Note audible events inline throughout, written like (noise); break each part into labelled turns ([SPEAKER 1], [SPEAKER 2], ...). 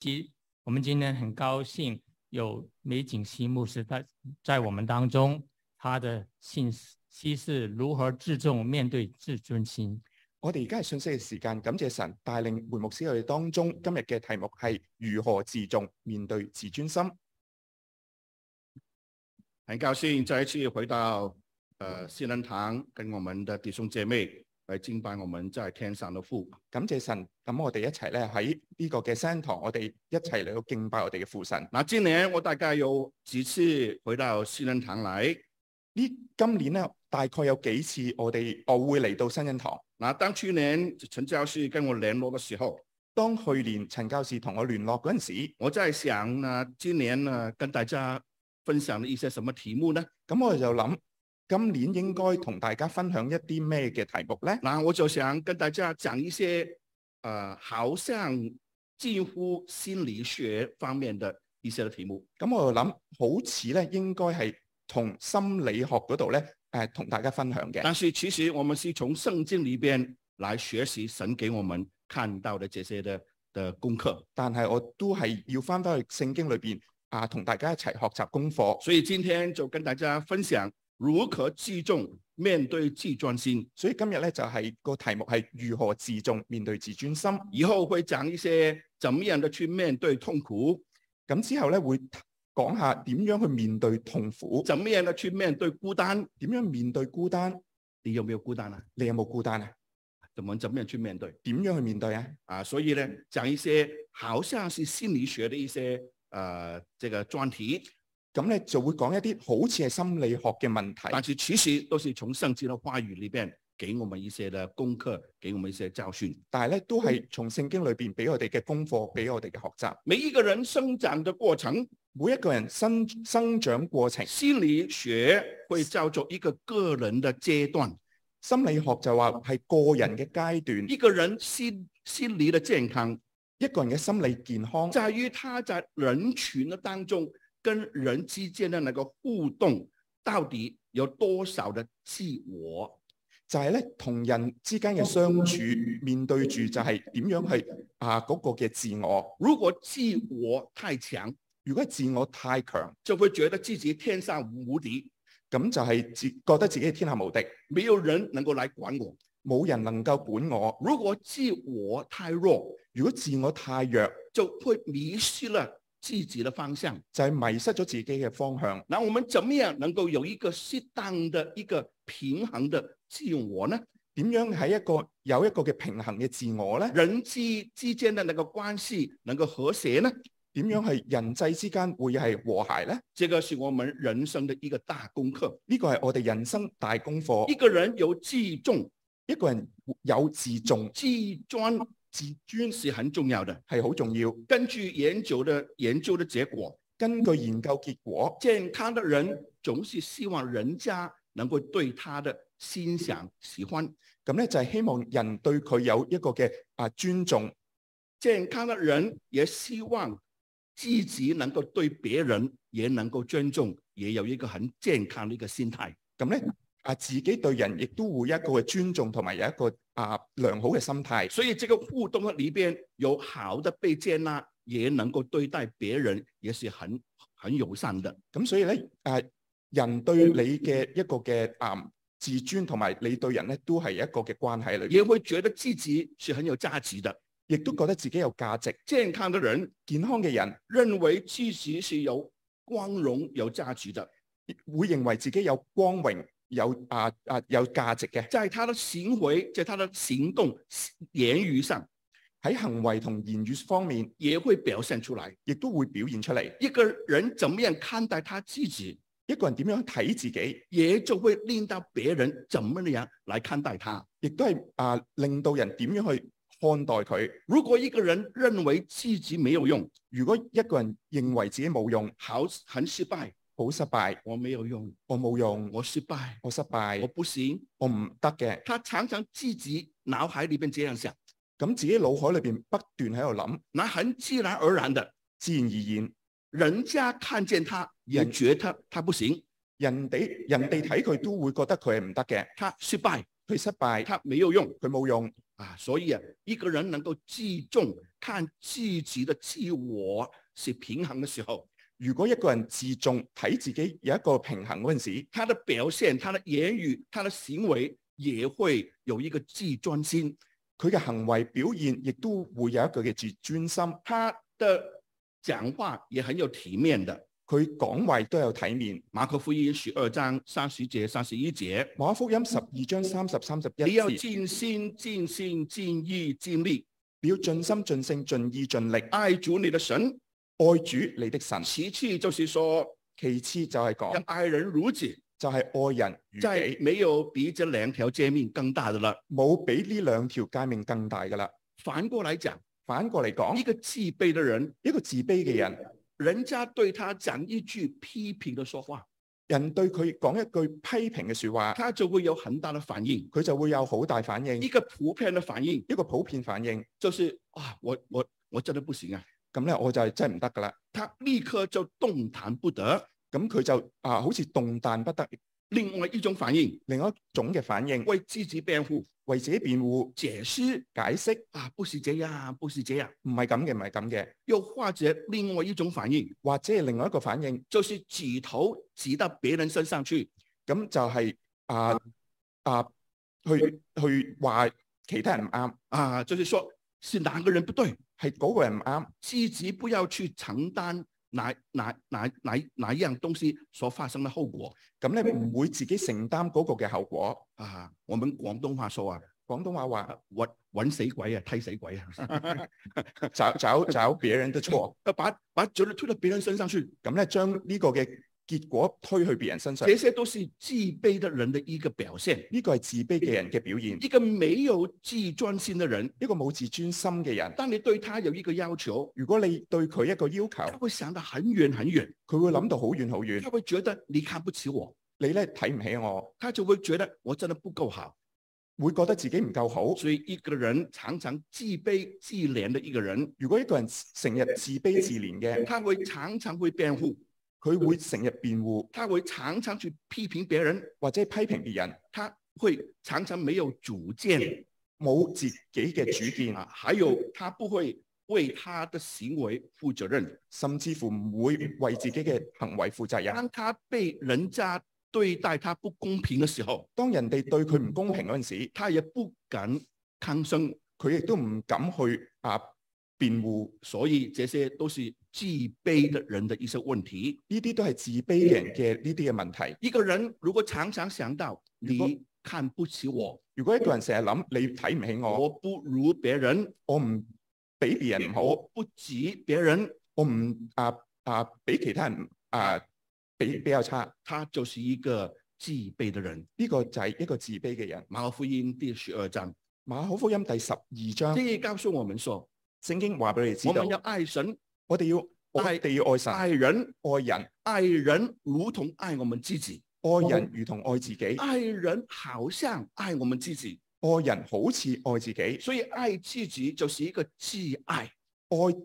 [SPEAKER 1] 今我们今天很高兴有美景西牧师在在我们当中，他的信息是如何自重面对自尊心。
[SPEAKER 2] 我哋而家係信息嘅時間，感謝神帶領梅牧師我哋當中。今日嘅題目係如何自重面對自尊心。
[SPEAKER 3] 很高兴再一次回到呃新人堂，跟我们的弟兄姐妹来敬拜我们在天上的父。
[SPEAKER 2] 感謝神，咁我哋一齊咧喺呢個嘅山堂，我哋一齊嚟到敬拜我哋嘅父神。
[SPEAKER 3] 那今年我大概有几次回到新人堂来。
[SPEAKER 2] 呢今年咧，大概有幾次我哋我會嚟到新恩堂。
[SPEAKER 3] 那当去年陈教授跟我联络的时候，
[SPEAKER 2] 當去年陳教士同我聯絡嗰陣時，
[SPEAKER 3] 我在想呢，今年呢跟大家分享一些什么题目呢？
[SPEAKER 2] 咁我就諗今年應該同大家分享一啲咩嘅題目呢？
[SPEAKER 3] 那我就想跟大家讲一些呃，好像近乎心理学方面的一些的题目。
[SPEAKER 2] 咁我就諗好似咧應該係同心理學嗰度咧誒同大家分享嘅。
[SPEAKER 3] 但是其实我们是从圣经里边来学习神给我们看到的这些的的功课。
[SPEAKER 2] 但係我都係要翻返去聖經裏邊啊，同大家一齊學習功課。
[SPEAKER 3] 所以今天就跟大家分享如何聚众面对自尊心，
[SPEAKER 2] 所以今日咧就係、個題目係如何自重面對自尊心。
[SPEAKER 3] 以后会讲一些怎么样的去面对痛苦，
[SPEAKER 2] 咁之後咧會講下點樣去面對痛苦，
[SPEAKER 3] 怎么样的去面对孤单。
[SPEAKER 2] 點樣面對孤單。
[SPEAKER 3] 你有没有孤单啊？
[SPEAKER 2] 你有冇孤單啊？
[SPEAKER 3] 怎么怎么样去面对
[SPEAKER 2] 點樣去面對啊？
[SPEAKER 3] 啊？所以呢，讲一些好像是心理学的一些呃这个专题，
[SPEAKER 2] 咁咧就會講一啲好似係心理學嘅問題，
[SPEAKER 3] 但是其实都是从圣经的话语里边给我们一些的功课，给我们一些教训。
[SPEAKER 2] 但係咧都係從聖經裏邊俾我哋嘅功課，俾我哋嘅學習。
[SPEAKER 3] 每一个人生长的过程，
[SPEAKER 2] 每一個人生生長過程，
[SPEAKER 3] 心理学会叫做一个个人的阶段，
[SPEAKER 2] 心理學就話係個人嘅階段，
[SPEAKER 3] 一个人心心理的健康，
[SPEAKER 2] 一個人嘅心理健康
[SPEAKER 3] 在于他在人群的当中跟人之间的那个互动，到底有多少的自我。
[SPEAKER 2] 就係咧同人之間嘅相處，面對住就係點樣係啊嗰個嘅自我。
[SPEAKER 3] 如果自我太强，
[SPEAKER 2] 如果自我太強，
[SPEAKER 3] 就会觉得自己天上无敌，
[SPEAKER 2] 咁就係自覺得自己天下無敵，
[SPEAKER 3] 没有人能够来管我。
[SPEAKER 2] 冇人能夠管我。
[SPEAKER 3] 如果自我太弱，
[SPEAKER 2] 如果自我太弱，
[SPEAKER 3] 就会迷失了自己的方向。
[SPEAKER 2] 就係、迷失咗自己嘅方向。
[SPEAKER 3] 那我们怎么样能够有一个适当的一个平衡的自我呢？
[SPEAKER 2] 點樣喺一個有一個嘅平衡嘅自我呢？
[SPEAKER 3] 人际之间的那个关系能够和谐呢？
[SPEAKER 2] 點樣係人際之間會係和諧呢？
[SPEAKER 3] 这个是我们人生的一个大功课。
[SPEAKER 2] 呢個係我哋人生大功
[SPEAKER 3] 一
[SPEAKER 2] 課。
[SPEAKER 3] 个人有自重、
[SPEAKER 2] 一個人有自重、
[SPEAKER 3] 自尊
[SPEAKER 2] 自尊
[SPEAKER 3] 是很重要的。
[SPEAKER 2] 係好重要。
[SPEAKER 3] 根据研究的研究的结果，
[SPEAKER 2] 根據研究結果，
[SPEAKER 3] 健康的人总是希望人家能够对他的欣赏、喜欢。
[SPEAKER 2] 咁咧就係希望人對佢有一個嘅啊尊重。
[SPEAKER 3] 健康的人也希望自己能够对别人也能够尊重，也有一个很健康的一个心态。
[SPEAKER 2] 咁咧啊自己對人亦都會有一個嘅尊重，同埋有一個啊良好嘅心態。
[SPEAKER 3] 所以这个互动的里边有好的被接纳，也能够对待别人，也是很很友善的。
[SPEAKER 2] 咁所以咧啊人對你嘅一個嘅啊自尊，同埋你對人咧都係一個嘅關係裏邊，
[SPEAKER 3] 也会觉得自己是很有价值的。
[SPEAKER 2] 亦都覺得自己有價值。
[SPEAKER 3] 健康的人
[SPEAKER 2] 健康嘅人
[SPEAKER 3] 认为自己是有光荣、有价值的，
[SPEAKER 2] 會認為自己有光榮、有啊啊有價值嘅，
[SPEAKER 3] 在他的行为、在他的行动、言语上
[SPEAKER 2] 喺行為同言語方面
[SPEAKER 3] 也会表现出来。
[SPEAKER 2] 亦都會表現出嚟。
[SPEAKER 3] 一个人怎么样看待他自己，
[SPEAKER 2] 一個人點樣睇自己，
[SPEAKER 3] 也就会令到别人怎么样来看待他。
[SPEAKER 2] 亦都係啊令到人點樣去看待佢。
[SPEAKER 3] 如果一个人认为自己没有用，
[SPEAKER 2] 如果一個人認為自己冇用，
[SPEAKER 3] 好很失败，
[SPEAKER 2] 好失敗，
[SPEAKER 3] 我没有用，
[SPEAKER 2] 我冇用，
[SPEAKER 3] 我失败，
[SPEAKER 2] 我失
[SPEAKER 3] 我
[SPEAKER 2] 敗，
[SPEAKER 3] 不行。
[SPEAKER 2] 我唔得嘅。
[SPEAKER 3] 他常常自己脑海里边这样想，
[SPEAKER 2] 咁自己腦海裏邊不斷喺度諗，
[SPEAKER 3] 那很自然而然的，
[SPEAKER 2] 自然而然，
[SPEAKER 3] 人家看见他也
[SPEAKER 2] 人
[SPEAKER 3] 觉得他不行，
[SPEAKER 2] 人哋人哋睇佢都會覺得佢係唔得嘅，
[SPEAKER 3] 他失败，
[SPEAKER 2] 佢失敗，
[SPEAKER 3] 他没有用
[SPEAKER 2] 佢冇用。
[SPEAKER 3] 啊，所以啊，一个人能够自重，看自己的自我是平衡的时候，
[SPEAKER 2] 如果一個人自重睇自己有一個平衡嗰陣時，
[SPEAKER 3] 他的表现、他的言语、他的行为也会有一个自尊心，
[SPEAKER 2] 佢嘅行為表現亦都會有一個嘅自尊心，
[SPEAKER 3] 他的讲话也很有体面的。
[SPEAKER 2] 佢講話亦都有體面。
[SPEAKER 3] 马可福音十二章三十节、三十一节，
[SPEAKER 2] 馬可福音十二章三十三十一
[SPEAKER 3] 你要
[SPEAKER 2] 節，
[SPEAKER 3] 尽心、尽心、尽意、尽力
[SPEAKER 2] 你要盡心盡性盡意盡力
[SPEAKER 3] 爱主你的神。
[SPEAKER 2] 愛主你的神。
[SPEAKER 3] 其次就是说，
[SPEAKER 2] 其次就係
[SPEAKER 3] 要
[SPEAKER 2] 講
[SPEAKER 3] 爱人如己，
[SPEAKER 2] 就係愛人如
[SPEAKER 3] 在
[SPEAKER 2] 己，
[SPEAKER 3] 没有比这两条诫命更大的了。
[SPEAKER 2] 冇比呢兩條界命更大噶啦。
[SPEAKER 3] 反过来讲，
[SPEAKER 2] 反過嚟
[SPEAKER 3] 一
[SPEAKER 2] 講，
[SPEAKER 3] 个自卑的人，
[SPEAKER 2] 一個自卑嘅人，
[SPEAKER 3] 人家对他讲一句批评的说话，
[SPEAKER 2] 人對佢講一句批評嘅说話，
[SPEAKER 3] 他就会有很大的反应。
[SPEAKER 2] 佢就會有好大反應
[SPEAKER 3] 一，个普遍的反应
[SPEAKER 2] 一個普遍反應。
[SPEAKER 3] 就是啊，我我我真的不行啊，
[SPEAKER 2] 咁咧我就係真係唔得噶啦。
[SPEAKER 3] 他立刻就动弹不得。
[SPEAKER 2] 咁佢就啊好似動彈不得。
[SPEAKER 3] 另外一种反应，
[SPEAKER 2] 另一種嘅反應，
[SPEAKER 3] 为自己辩护、
[SPEAKER 2] 為自己辯護、
[SPEAKER 3] 解释
[SPEAKER 2] 解釋，
[SPEAKER 3] 啊，不是这样，不是这样。
[SPEAKER 2] 唔係咁嘅，唔係咁嘅，
[SPEAKER 3] 又或者另外一种反应，
[SPEAKER 2] 或者係另外一個反應，
[SPEAKER 3] 就是指头指到别人身上去，
[SPEAKER 2] 咁就係、啊啊去去話其他人唔啱，
[SPEAKER 3] 啊，就是说是哪个人不对，
[SPEAKER 2] 係嗰個人唔啱，
[SPEAKER 3] 自己不要去承担哪哪哪哪哪一样东西所发生的后果
[SPEAKER 2] 咁咧唔會自己承擔嗰個嘅後果。
[SPEAKER 3] 啊。我们广东话说啊，
[SPEAKER 2] 廣東話話
[SPEAKER 3] (laughs) 揾揾死鬼啊，踢死鬼啊，
[SPEAKER 2] 找找找別人的錯，
[SPEAKER 3] 把把责任推到别人身上去，
[SPEAKER 2] 咁咧將呢個嘅結果推去別人身上，
[SPEAKER 3] 这些都是自卑的人的一個表現。
[SPEAKER 2] 呢個係自卑嘅人嘅表現。
[SPEAKER 3] 一個沒有自尊心的人，
[SPEAKER 2] 一個冇自尊心嘅人，
[SPEAKER 3] 當你對他有一個要求，
[SPEAKER 2] 如果你對佢一個要
[SPEAKER 3] 他
[SPEAKER 2] 求，
[SPEAKER 3] 會想得很遠很遠，
[SPEAKER 2] 佢會諗到好遠好遠，
[SPEAKER 3] 他會覺得你看不起我，
[SPEAKER 2] 你咧睇唔起我，
[SPEAKER 3] 他就會覺得我真的不夠好。
[SPEAKER 2] 會覺得自己唔夠好。
[SPEAKER 3] 所以一個人常常自卑自憐的一個人，
[SPEAKER 2] 如果一個人成日自卑自憐嘅，
[SPEAKER 3] 他會常常會辯護，
[SPEAKER 2] 佢會成日辯護
[SPEAKER 3] 他會常常去批評別人，
[SPEAKER 2] 或者批評別人，
[SPEAKER 3] 他會常常沒有主見
[SPEAKER 2] 冇自己嘅主見，
[SPEAKER 3] (laughs) 啊，還有他不會為他的行為負責任。
[SPEAKER 2] 甚至乎唔會為自己嘅行為負責任。
[SPEAKER 3] 当他被人家对待他不公平的时候，
[SPEAKER 2] 當人哋對佢唔公平嗰陣時，
[SPEAKER 3] 他也不敢吭声。
[SPEAKER 2] 佢亦都唔敢去啊辯護。
[SPEAKER 3] 所以这些都是自卑的人的一些问题。
[SPEAKER 2] 呢啲都係自卑嘅人
[SPEAKER 3] 嗯
[SPEAKER 2] 嘅呢啲嘅問題。
[SPEAKER 3] 一个人如果常常想到
[SPEAKER 2] 如果
[SPEAKER 3] 你看不起我，
[SPEAKER 2] 如果一個人成日諗你睇唔起我，
[SPEAKER 3] 我不如别人，
[SPEAKER 2] 我唔比別人唔好，
[SPEAKER 3] 我不及别人，
[SPEAKER 2] 我唔啊啊比其他人啊比比較差，
[SPEAKER 3] 他就是一个自卑的人。
[SPEAKER 2] 呢、個就係一個自卑嘅人。
[SPEAKER 3] 马可福音第十二章，
[SPEAKER 2] 馬可福音第十二章
[SPEAKER 3] 这。也告诉我们说，
[SPEAKER 2] 聖經話俾你哋啊
[SPEAKER 3] 我
[SPEAKER 2] 知
[SPEAKER 3] 们要
[SPEAKER 2] 道，
[SPEAKER 3] 爱神、
[SPEAKER 2] 我哋要我
[SPEAKER 3] 愛
[SPEAKER 2] 哋要愛神、
[SPEAKER 3] 爱人、
[SPEAKER 2] 愛人、
[SPEAKER 3] 爱人，如同爱我们自己。
[SPEAKER 2] 愛人如同愛自己，
[SPEAKER 3] 爱人好像爱我们自己，
[SPEAKER 2] 愛人好似愛自己，愛
[SPEAKER 3] 所以爱自己就是一个自爱。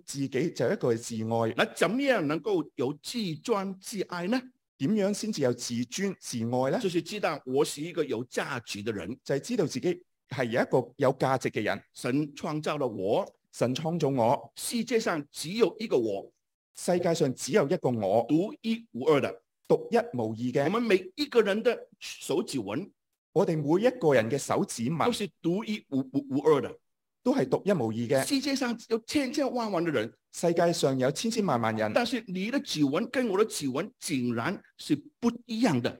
[SPEAKER 2] 自己就係一個自愛。
[SPEAKER 3] 那怎么样能够有自尊自爱呢？
[SPEAKER 2] 點樣先至有自尊自愛呢？
[SPEAKER 3] 就是知道我是一个有价值的人，
[SPEAKER 2] 就係、知道自己係有一個有價值嘅人。
[SPEAKER 3] 神创造了我，
[SPEAKER 2] 神創造我，
[SPEAKER 3] 世界上只有一个我，
[SPEAKER 2] 世界上只有一個我，
[SPEAKER 3] 独一无二的。
[SPEAKER 2] 獨一無二
[SPEAKER 3] 我
[SPEAKER 2] 嘅。
[SPEAKER 3] 们每一个人的手指纹
[SPEAKER 2] 我哋每一個人嘅手指
[SPEAKER 3] 都
[SPEAKER 2] 紋
[SPEAKER 3] 是独一无无无二的。
[SPEAKER 2] 都係獨一無二嘅。
[SPEAKER 3] 世界上有千千万万的人，
[SPEAKER 2] 世界上有千千萬萬人，
[SPEAKER 3] 但是你的指纹跟我的指纹竟然是不一样的。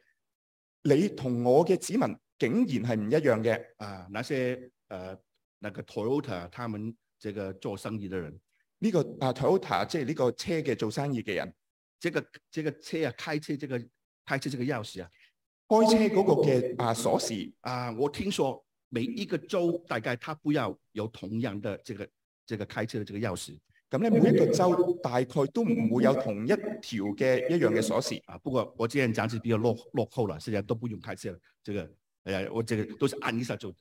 [SPEAKER 2] 你同我嘅指紋竟然係唔一樣嘅。
[SPEAKER 3] 啊，那些呃那个 Toyota 他们这个做生意的人，
[SPEAKER 2] 呢、個啊 Toyota 即係呢個車嘅做生意嘅人，
[SPEAKER 3] 这个这个车啊，开车这个开车这个钥匙啊，
[SPEAKER 2] 開車嗰個嘅啊鎖匙，
[SPEAKER 3] 啊，我听说每一个州大概他不要有同样的这个这个开车的这个钥匙
[SPEAKER 2] 咁咧每一個州大概都唔會有同一條嘅一樣嘅鎖匙。
[SPEAKER 3] 啊。不过我这样讲是比较落落后了，现在都不用开车了。这个哎呀，我这个都是按一下就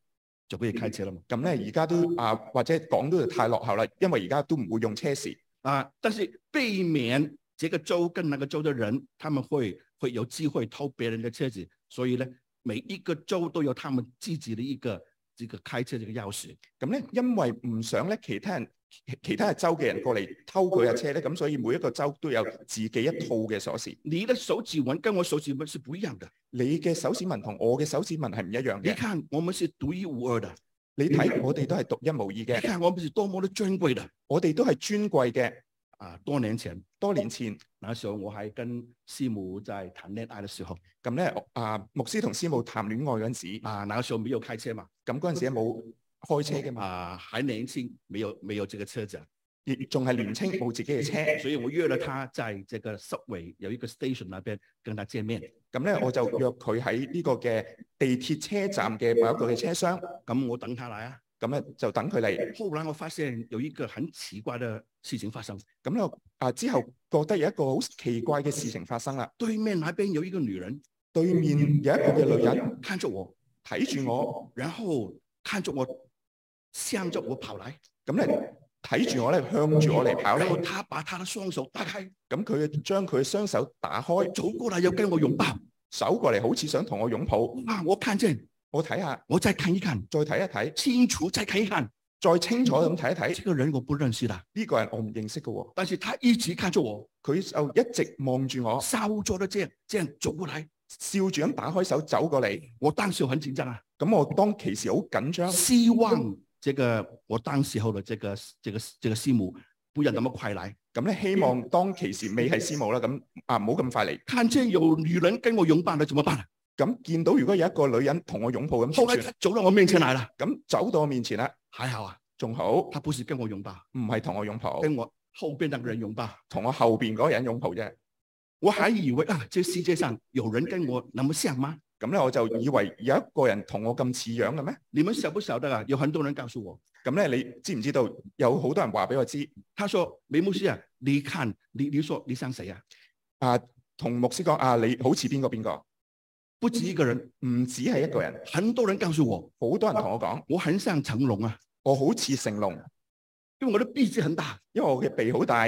[SPEAKER 3] 就可以开车了嘛。
[SPEAKER 2] 咁咧而家都啊或者講都太落後啦，因為而家都唔會用車匙，
[SPEAKER 3] 啊，但是避免这个州跟那个州的人，他们会会有机会偷别人的车子，所以呢，每一个州都有他们自己的一个这个开车这个钥匙。
[SPEAKER 2] 咁咧，因為唔想咧其他人其其他嘅州嘅人過嚟偷佢嘅車咧，咁所以每一個州都有自己一套嘅鎖匙。
[SPEAKER 3] 你的手指纹跟我手指纹是不一样的。
[SPEAKER 2] 你嘅手指紋同我嘅手指紋係唔一樣
[SPEAKER 3] 你
[SPEAKER 2] 嘅。
[SPEAKER 3] 看，我们是独一无二的。
[SPEAKER 2] 你睇我哋都係獨一無
[SPEAKER 3] 你
[SPEAKER 2] 二嘅，
[SPEAKER 3] 看，我们是多么的尊贵的
[SPEAKER 2] 我哋都係尊貴嘅。
[SPEAKER 3] 啊！多年前，
[SPEAKER 2] 多年前
[SPEAKER 3] 那时候我还跟师母在谈恋爱的时候，
[SPEAKER 2] 咁咧，我啊牧師同師母談戀愛嗰陣時，
[SPEAKER 3] 啊，那时候没有开车嘛，
[SPEAKER 2] 咁嗰陣時冇開車嘅嘛，
[SPEAKER 3] 啊，还年轻，没有没有这个车子啊，
[SPEAKER 2] 亦仲係年青冇自己嘅車。
[SPEAKER 3] 所以我约了她在这个 subway 有一个 station 那边跟她见面。
[SPEAKER 2] 咁咧，我就約佢喺呢個嘅地鐵車站嘅某一個嘅車廂，
[SPEAKER 3] 咁我等她来啊。
[SPEAKER 2] 咁咧就等佢嚟。
[SPEAKER 3] 后来我发现有一个很奇怪的事情发生，
[SPEAKER 2] 咁咧啊之後覺得有一個好奇怪嘅事情發生啦。
[SPEAKER 3] 对面那边有一个女人
[SPEAKER 2] 對面有一個嘅女人
[SPEAKER 3] 看着我，
[SPEAKER 2] 睇住我，
[SPEAKER 3] 然后看着我，向着我跑来，
[SPEAKER 2] 咁咧睇住我咧向住我嚟跑咧
[SPEAKER 3] 然，后她把她的双手打开，
[SPEAKER 2] 咁佢將佢雙手打開，
[SPEAKER 3] 走过来要跟我拥抱。
[SPEAKER 2] 手過嚟好似想同我擁抱。
[SPEAKER 3] 啊，我看见，
[SPEAKER 2] 我睇下，
[SPEAKER 3] 我再看一看，
[SPEAKER 2] 再睇一睇，
[SPEAKER 3] 清楚再看一看，
[SPEAKER 2] 再清楚咁睇一睇，
[SPEAKER 3] 这个人我不认识的，
[SPEAKER 2] 呢、個人我唔認識嘅喎，
[SPEAKER 3] 但是她一直看着我，
[SPEAKER 2] 佢就一直望住我，
[SPEAKER 3] 稍作的这样这样走过来，
[SPEAKER 2] 笑住咁打開手走過嚟。
[SPEAKER 3] 我当时很紧张啊，
[SPEAKER 2] 咁我當其時好緊張，
[SPEAKER 3] 希望这个我当时候的这个这个这个师母不要那么快来。
[SPEAKER 2] 咁咧希望當其時未係師母啦，咁啊唔好咁快嚟。
[SPEAKER 3] 看见有女人跟我拥抱了怎么辦啊？
[SPEAKER 2] 咁見到如果有一個女人同我擁抱咁
[SPEAKER 3] 後
[SPEAKER 2] 點算，
[SPEAKER 3] 來她走到我面前來了，
[SPEAKER 2] 咁走到我面前啦，
[SPEAKER 3] 還好啊，嗯
[SPEAKER 2] 仲好唔
[SPEAKER 3] 她不是跟我拥抱，
[SPEAKER 2] 係同我擁抱，
[SPEAKER 3] 跟我後边那個人拥抱。
[SPEAKER 2] 同我後邊嗰個人擁抱啫。
[SPEAKER 3] 我还以為啊，這世界上有人跟我那麼像嗎？
[SPEAKER 2] 咁咧我就以為有一個人同我咁似樣嘅咩？
[SPEAKER 3] 你們曉不曉得啊？有很多人告訴我，
[SPEAKER 2] 咁咧你知唔知道有好多人話俾我知
[SPEAKER 3] 他說：梅牧師啊，你看你你說你像誰啊？
[SPEAKER 2] 啊？同牧師講啊，你好似邊個邊個？
[SPEAKER 3] 不止一個人，
[SPEAKER 2] 唔止係一個人，
[SPEAKER 3] 很多人告訴我，
[SPEAKER 2] 好多人同我講，
[SPEAKER 3] 我很像成龍啊，
[SPEAKER 2] 我好似成龍，
[SPEAKER 3] 因為我的鼻子很大。
[SPEAKER 2] 因為我嘅鼻好大。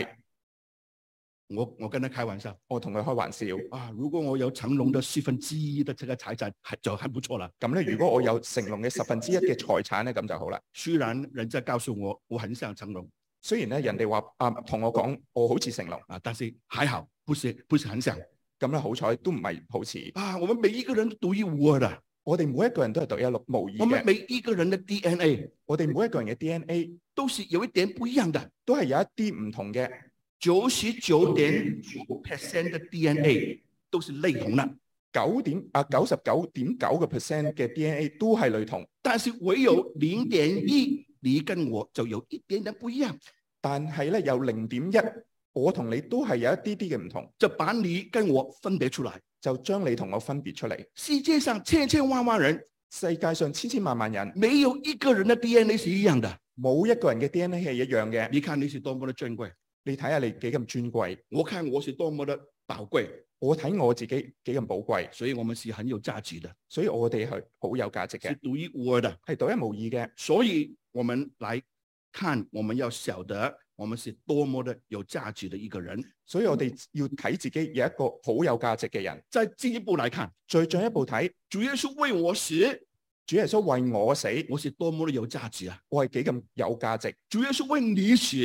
[SPEAKER 3] 我我跟他開玩笑
[SPEAKER 2] 我同佢開玩笑，
[SPEAKER 3] 啊，如果我有成龍的四分之一的這個財產，還就很不錯了。
[SPEAKER 2] 咁咧如果我有成龍嘅十分之一嘅財產咧，咁就好啦。
[SPEAKER 3] 雖然人家告訴我我很像成龍。
[SPEAKER 2] 雖然咧人哋話啊同我講我好似成龍，
[SPEAKER 3] 啊，但是还好，不是不是很想
[SPEAKER 2] 咁咧好彩都唔係好似。
[SPEAKER 3] 啊。我们每一个人都獨一無二的，
[SPEAKER 2] 我哋每一個人都係獨一六無二
[SPEAKER 3] 我们
[SPEAKER 2] 嘅，
[SPEAKER 3] 每一个人的 DNA
[SPEAKER 2] 我哋每一個人嘅 DNA
[SPEAKER 3] 都是有一點不一樣的。
[SPEAKER 2] 都係有一啲唔同嘅，
[SPEAKER 3] 九十九点九 percent 的 DNA 都是類同的，
[SPEAKER 2] 九點啊九十九點九個 percent 嘅 DNA 都係類同，
[SPEAKER 3] 但是唯有零點一，你跟我就有一點點不一樣。
[SPEAKER 2] 但係咧有零點一，我同你都係有一啲啲嘅唔同，
[SPEAKER 3] 就把你跟我分別出來。
[SPEAKER 2] 就將你同我分別出嚟。
[SPEAKER 3] 世界上千千萬萬人，
[SPEAKER 2] 世界上千千萬萬人，
[SPEAKER 3] 沒有一個人的 DNA 是一樣的。
[SPEAKER 2] 冇一個人嘅 DNA 係一樣嘅。
[SPEAKER 3] 你看你是多麼的珍貴，
[SPEAKER 2] 你睇下你幾咁尊貴，
[SPEAKER 3] 我看我是多麼的寶貴，
[SPEAKER 2] 我睇我自己幾咁寶貴，
[SPEAKER 3] 所以我們是很有價值的，
[SPEAKER 2] 所以我哋係好有價值
[SPEAKER 3] 是
[SPEAKER 2] 嘅，
[SPEAKER 3] 獨一無二的。
[SPEAKER 2] 係獨一無二嘅。
[SPEAKER 3] 所以我们来看，我们要晓得我们是多么的有价值的一个人。
[SPEAKER 2] 所以我哋要睇自己有一個好有價值嘅人。
[SPEAKER 3] 再进一步来看，
[SPEAKER 2] 再進一步睇，
[SPEAKER 3] 主耶稣为我死，
[SPEAKER 2] 主耶穌為我死，
[SPEAKER 3] 我是多么的有价值啊！
[SPEAKER 2] 我係幾咁有價值。
[SPEAKER 3] 主耶稣为你死，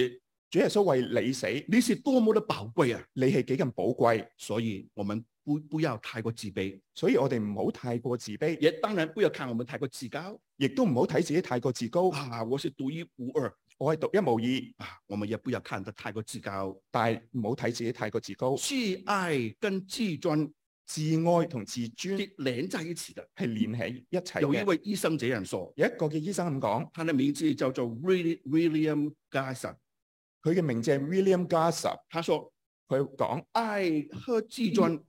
[SPEAKER 2] 主耶穌為你死，
[SPEAKER 3] 你是多么的宝贵啊！
[SPEAKER 2] 你係幾咁寶貴。
[SPEAKER 3] 所以我们不不要太过自卑，
[SPEAKER 2] 所以我哋唔好太過自卑，
[SPEAKER 3] 也当然不要看我们太过自高
[SPEAKER 2] 亦都唔好睇自己太過自高。
[SPEAKER 3] 啊！我是独一无二
[SPEAKER 2] 我係獨一無二，
[SPEAKER 3] 啊！我们也不要看得太过自高，
[SPEAKER 2] 但係唔好睇自己太過自高。
[SPEAKER 3] 自爱跟自尊
[SPEAKER 2] 自愛同自尊
[SPEAKER 3] 是连在一起的。
[SPEAKER 2] 係連喺一齊
[SPEAKER 3] 有一
[SPEAKER 2] 嘅。
[SPEAKER 3] 位医生这样说，
[SPEAKER 2] 有一個嘅醫生咁講，
[SPEAKER 3] 他的名字叫做 Willi- William Garson。
[SPEAKER 2] 佢嘅名字係 William Gasser，
[SPEAKER 3] 他说
[SPEAKER 2] 佢講：
[SPEAKER 3] 爱和自尊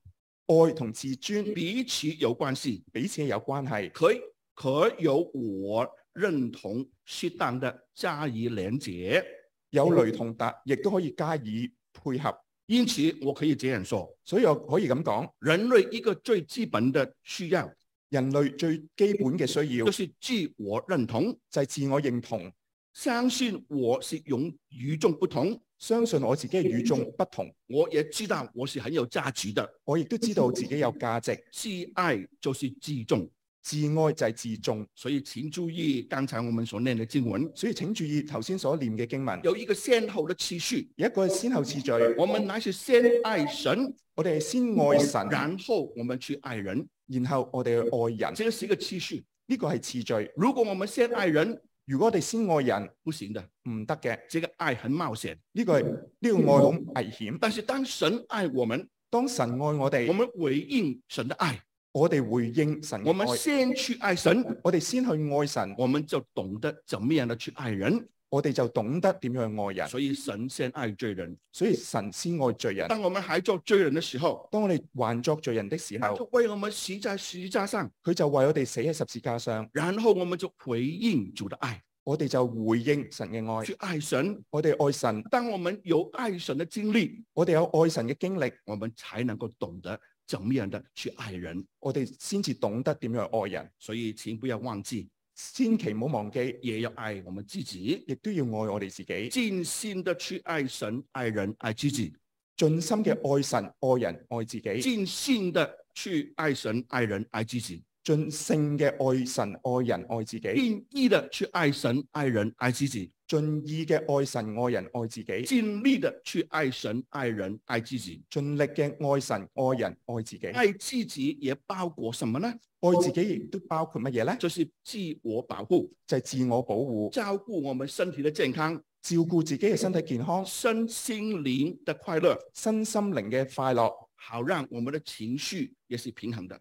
[SPEAKER 2] 愛同自尊
[SPEAKER 3] 彼此有关系，
[SPEAKER 2] 彼此有關係，
[SPEAKER 3] 可可有我认同适当的加以连结。
[SPEAKER 2] 有雷同達，亦都可以加以配合。
[SPEAKER 3] 因此，我可以这样说：
[SPEAKER 2] 所以我可以咁講，
[SPEAKER 3] 人类一个最基本的需要
[SPEAKER 2] 人類最基本嘅需要
[SPEAKER 3] 就是自我认同，
[SPEAKER 2] 就係自我認同，
[SPEAKER 3] 相信我是永与眾不同，
[SPEAKER 2] 相信我自己與眾不同，
[SPEAKER 3] 我也知道我是很有价值的。
[SPEAKER 2] 我亦都知道自己有價值。
[SPEAKER 3] 自爱就是自重，
[SPEAKER 2] 自愛就係自重。
[SPEAKER 3] 所以请注意刚才我们所念的经文，
[SPEAKER 2] 所以請注意頭先所念嘅經文，
[SPEAKER 3] 有一个先后的次序。
[SPEAKER 2] 有一個係先後次序，
[SPEAKER 3] 我们乃是先爱神，
[SPEAKER 2] 我哋係先愛神，
[SPEAKER 3] 然后我们去爱人，
[SPEAKER 2] 然後我哋去愛人，
[SPEAKER 3] 这个是一个次序。
[SPEAKER 2] 呢個係次序。
[SPEAKER 3] 如果我们先爱人，
[SPEAKER 2] 如果我哋先愛人
[SPEAKER 3] 不行的，
[SPEAKER 2] 唔得嘅，
[SPEAKER 3] 这个爱很冒险。
[SPEAKER 2] 呢、個係呢、個愛好危險。
[SPEAKER 3] 但是当神爱我们，
[SPEAKER 2] 當神愛我
[SPEAKER 3] 我
[SPEAKER 2] 哋，
[SPEAKER 3] 们回应神的爱，
[SPEAKER 2] 我哋回應神嘅
[SPEAKER 3] 我们
[SPEAKER 2] 愛，
[SPEAKER 3] 先去爱神，
[SPEAKER 2] 我哋先去愛神，
[SPEAKER 3] 我们就懂得怎么样的去爱人。
[SPEAKER 2] 我哋就懂得點樣去愛人。
[SPEAKER 3] 所以神先爱罪人。
[SPEAKER 2] 所以神先愛罪人。
[SPEAKER 3] 当我们还做罪人的时候，
[SPEAKER 2] 當我哋還作罪人的時
[SPEAKER 3] 他
[SPEAKER 2] 候
[SPEAKER 3] 就，为我们死在十字架上，
[SPEAKER 2] 佢就為我哋死喺十字架上，
[SPEAKER 3] 然后我们就回应主的爱，
[SPEAKER 2] 我哋就回應神嘅
[SPEAKER 3] 去
[SPEAKER 2] 愛。
[SPEAKER 3] 爱神。
[SPEAKER 2] 我哋愛神，
[SPEAKER 3] 当我们有爱神的经历，
[SPEAKER 2] 我哋有愛神嘅經歷，
[SPEAKER 3] 我们才能够懂得怎么样的去爱人。
[SPEAKER 2] 我哋先至懂得點樣愛人。
[SPEAKER 3] 所以，请不要忘记，
[SPEAKER 2] 千祈唔好忘記，
[SPEAKER 3] 也要爱我们自己，
[SPEAKER 2] 亦都要愛我哋自己，
[SPEAKER 3] 尽心的去爱神、爱人、爱自己，
[SPEAKER 2] 盡心嘅愛神、愛人、愛自己，
[SPEAKER 3] 尽心的去爱神、爱人、爱自己，
[SPEAKER 2] 盡性嘅愛神、愛人、愛自己，
[SPEAKER 3] 尽意的去爱神、爱人、爱自己，
[SPEAKER 2] 盡意嘅愛神、愛人、愛自己，
[SPEAKER 3] 尽力的去爱神、爱人、爱自己。
[SPEAKER 2] 盡力嘅愛神、愛人、愛自己。愛
[SPEAKER 3] 爱自己也包括什么呢？
[SPEAKER 2] 自己亦都包括乜嘢呢？
[SPEAKER 3] 就是自我保护，
[SPEAKER 2] 就係、自我保護，
[SPEAKER 3] 照顾我们身体的健康、
[SPEAKER 2] 照顧自己嘅身體健康、
[SPEAKER 3] 身心灵的快乐，
[SPEAKER 2] 身心靈嘅快樂。
[SPEAKER 3] 好让我们的情绪也是平衡的。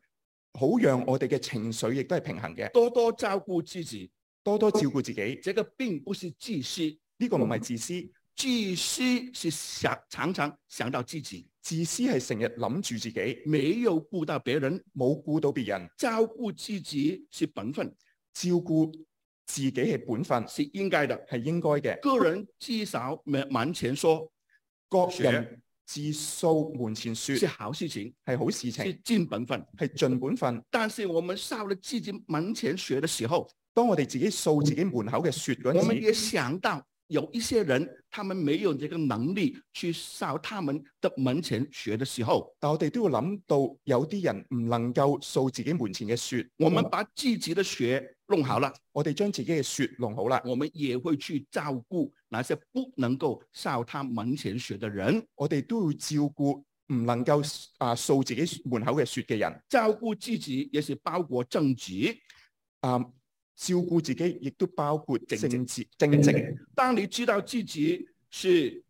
[SPEAKER 2] 好讓我哋嘅情緒亦都係平衡嘅，
[SPEAKER 3] 多多照顾自己，
[SPEAKER 2] 多多照顧自己。
[SPEAKER 3] 这个并不是自私，
[SPEAKER 2] 呢、個唔係自私，
[SPEAKER 3] 自私是想常常想到自己，
[SPEAKER 2] 自私係成日諗住自己，
[SPEAKER 3] 没有顾到别人。
[SPEAKER 2] 冇顧到別人，
[SPEAKER 3] 照顾自己是本分，
[SPEAKER 2] 照顧自己係本分，
[SPEAKER 3] 是应该的。
[SPEAKER 2] 係應該嘅。
[SPEAKER 3] 个人至少门门前说
[SPEAKER 2] 各人自掃門前雪
[SPEAKER 3] 是好事情，
[SPEAKER 2] 係好事
[SPEAKER 3] 是
[SPEAKER 2] 情，
[SPEAKER 3] 尽本分。
[SPEAKER 2] 係盡本分。
[SPEAKER 3] 但是我们上了自己门前学的时候，
[SPEAKER 2] 當我哋自己掃自己門口嘅雪嗰
[SPEAKER 3] 我
[SPEAKER 2] 陣
[SPEAKER 3] 们
[SPEAKER 2] 時，
[SPEAKER 3] 也想到有一些人，他们没有这个能力去上他们的门前学的时候，
[SPEAKER 2] 但我哋都要諗到有啲人唔能夠掃自己門前嘅雪，
[SPEAKER 3] 我们把自己的学弄好了，
[SPEAKER 2] 我哋將自己嘅雪弄好啦，
[SPEAKER 3] 我们也会去照顾那些不能够上他门前学的人，
[SPEAKER 2] 我哋都要照顧唔能夠啊掃自己門口嘅雪嘅人。
[SPEAKER 3] 照顾自己也是包括正直。
[SPEAKER 2] 啊，照顧自己，亦都包括
[SPEAKER 3] 正
[SPEAKER 2] 政
[SPEAKER 3] 直
[SPEAKER 2] 治正直。
[SPEAKER 3] 当你知道自己是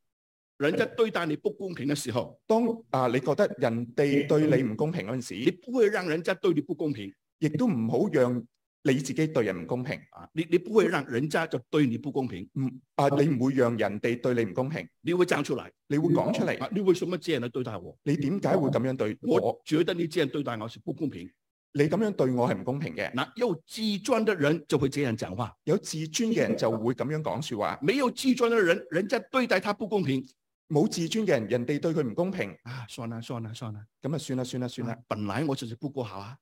[SPEAKER 3] 人家对待你不公平的时候，
[SPEAKER 2] 當啊你覺得人哋對你唔公平嗰陣
[SPEAKER 3] 你
[SPEAKER 2] 時，
[SPEAKER 3] 不会让人家对你不公平
[SPEAKER 2] 亦都唔好讓你自己對人唔公平。
[SPEAKER 3] 啊，你你不会让人家就对你不公平，
[SPEAKER 2] 唔啊，你唔會讓人哋對你唔公平，
[SPEAKER 3] 你会站出来。
[SPEAKER 2] 你會講出嚟
[SPEAKER 3] 啊，，你为什么这样来对待我？
[SPEAKER 2] 你點解會咁樣對
[SPEAKER 3] 我
[SPEAKER 2] 我？
[SPEAKER 3] 觉得你这样对待我是不公平。
[SPEAKER 2] 你咁樣對我係唔公平嘅。
[SPEAKER 3] 那有自尊的人就会这样讲话，
[SPEAKER 2] 有自尊嘅人就會咁樣講説話，
[SPEAKER 3] 没有自尊的人，人家对待他不公平
[SPEAKER 2] 冇自尊嘅人，人哋對佢唔公平，
[SPEAKER 3] 啊，算了算了算了
[SPEAKER 2] 咁啊算啦算啦算啦，
[SPEAKER 3] 啊本来我就是不够好啊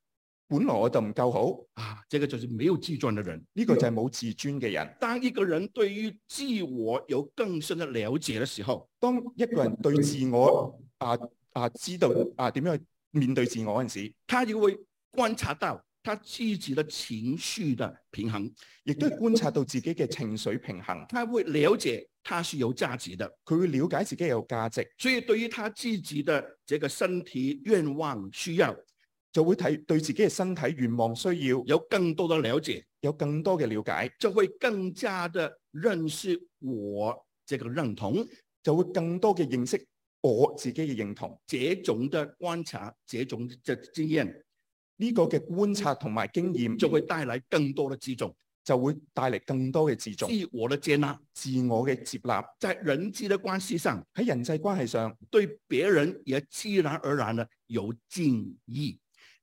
[SPEAKER 2] 本來我就唔夠好，
[SPEAKER 3] 啊，这个就是没有自尊的人。
[SPEAKER 2] 呢、個就係冇自尊嘅人。
[SPEAKER 3] 当一个人对于自我有更深的了解的时候，
[SPEAKER 2] 當一個人對自我啊啊知道啊點樣去面對自我嗰陣時，
[SPEAKER 3] 他就会观察到他自己的情绪的平衡，
[SPEAKER 2] 亦都係觀察到自己嘅情緒平衡，
[SPEAKER 3] 他会了解他是有价值的。
[SPEAKER 2] 佢會了解自己有價值，
[SPEAKER 3] 所以对于他自己的这个身体愿望需要，
[SPEAKER 2] 就會睇對自己嘅身體願望需要
[SPEAKER 3] 有更多的了解，
[SPEAKER 2] 有更多嘅了解，
[SPEAKER 3] 就会更加的认识我这个认同，
[SPEAKER 2] 就會更多嘅認識我自己嘅認同。
[SPEAKER 3] 这种的观察，这种的经验，
[SPEAKER 2] 呢、個嘅觀察同埋經驗
[SPEAKER 3] 就會帶來更多的自重、
[SPEAKER 2] 就會帶嚟更多嘅自重、
[SPEAKER 3] 自我的接納，
[SPEAKER 2] 自我嘅接納。
[SPEAKER 3] 在人際的關係上，
[SPEAKER 2] 喺人際關係上，
[SPEAKER 3] 對別人也自然而然的有敬意，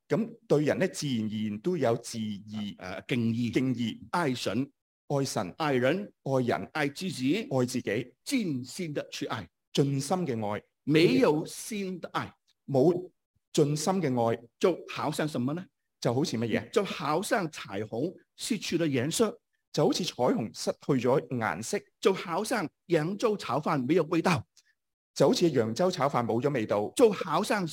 [SPEAKER 2] 咁對人咧自然而然都有自義、
[SPEAKER 3] 呃，敬意，
[SPEAKER 2] 敬意、
[SPEAKER 3] 愛神、
[SPEAKER 2] 愛神、
[SPEAKER 3] 愛人、
[SPEAKER 2] 愛人、
[SPEAKER 3] 愛自己，
[SPEAKER 2] 愛自己。
[SPEAKER 3] 盡心的去愛，
[SPEAKER 2] 盡心嘅愛，
[SPEAKER 3] 沒有心的愛，
[SPEAKER 2] 冇盡心嘅愛，
[SPEAKER 3] 就好像什麼呢？
[SPEAKER 2] 就好似乜嘢？
[SPEAKER 3] 就好像彩虹失去了顏色，
[SPEAKER 2] 就好似彩虹失去咗顏色，
[SPEAKER 3] 就好像揚州炒飯沒有味道，
[SPEAKER 2] 就好似揚州炒飯冇咗味道，
[SPEAKER 3] 就好像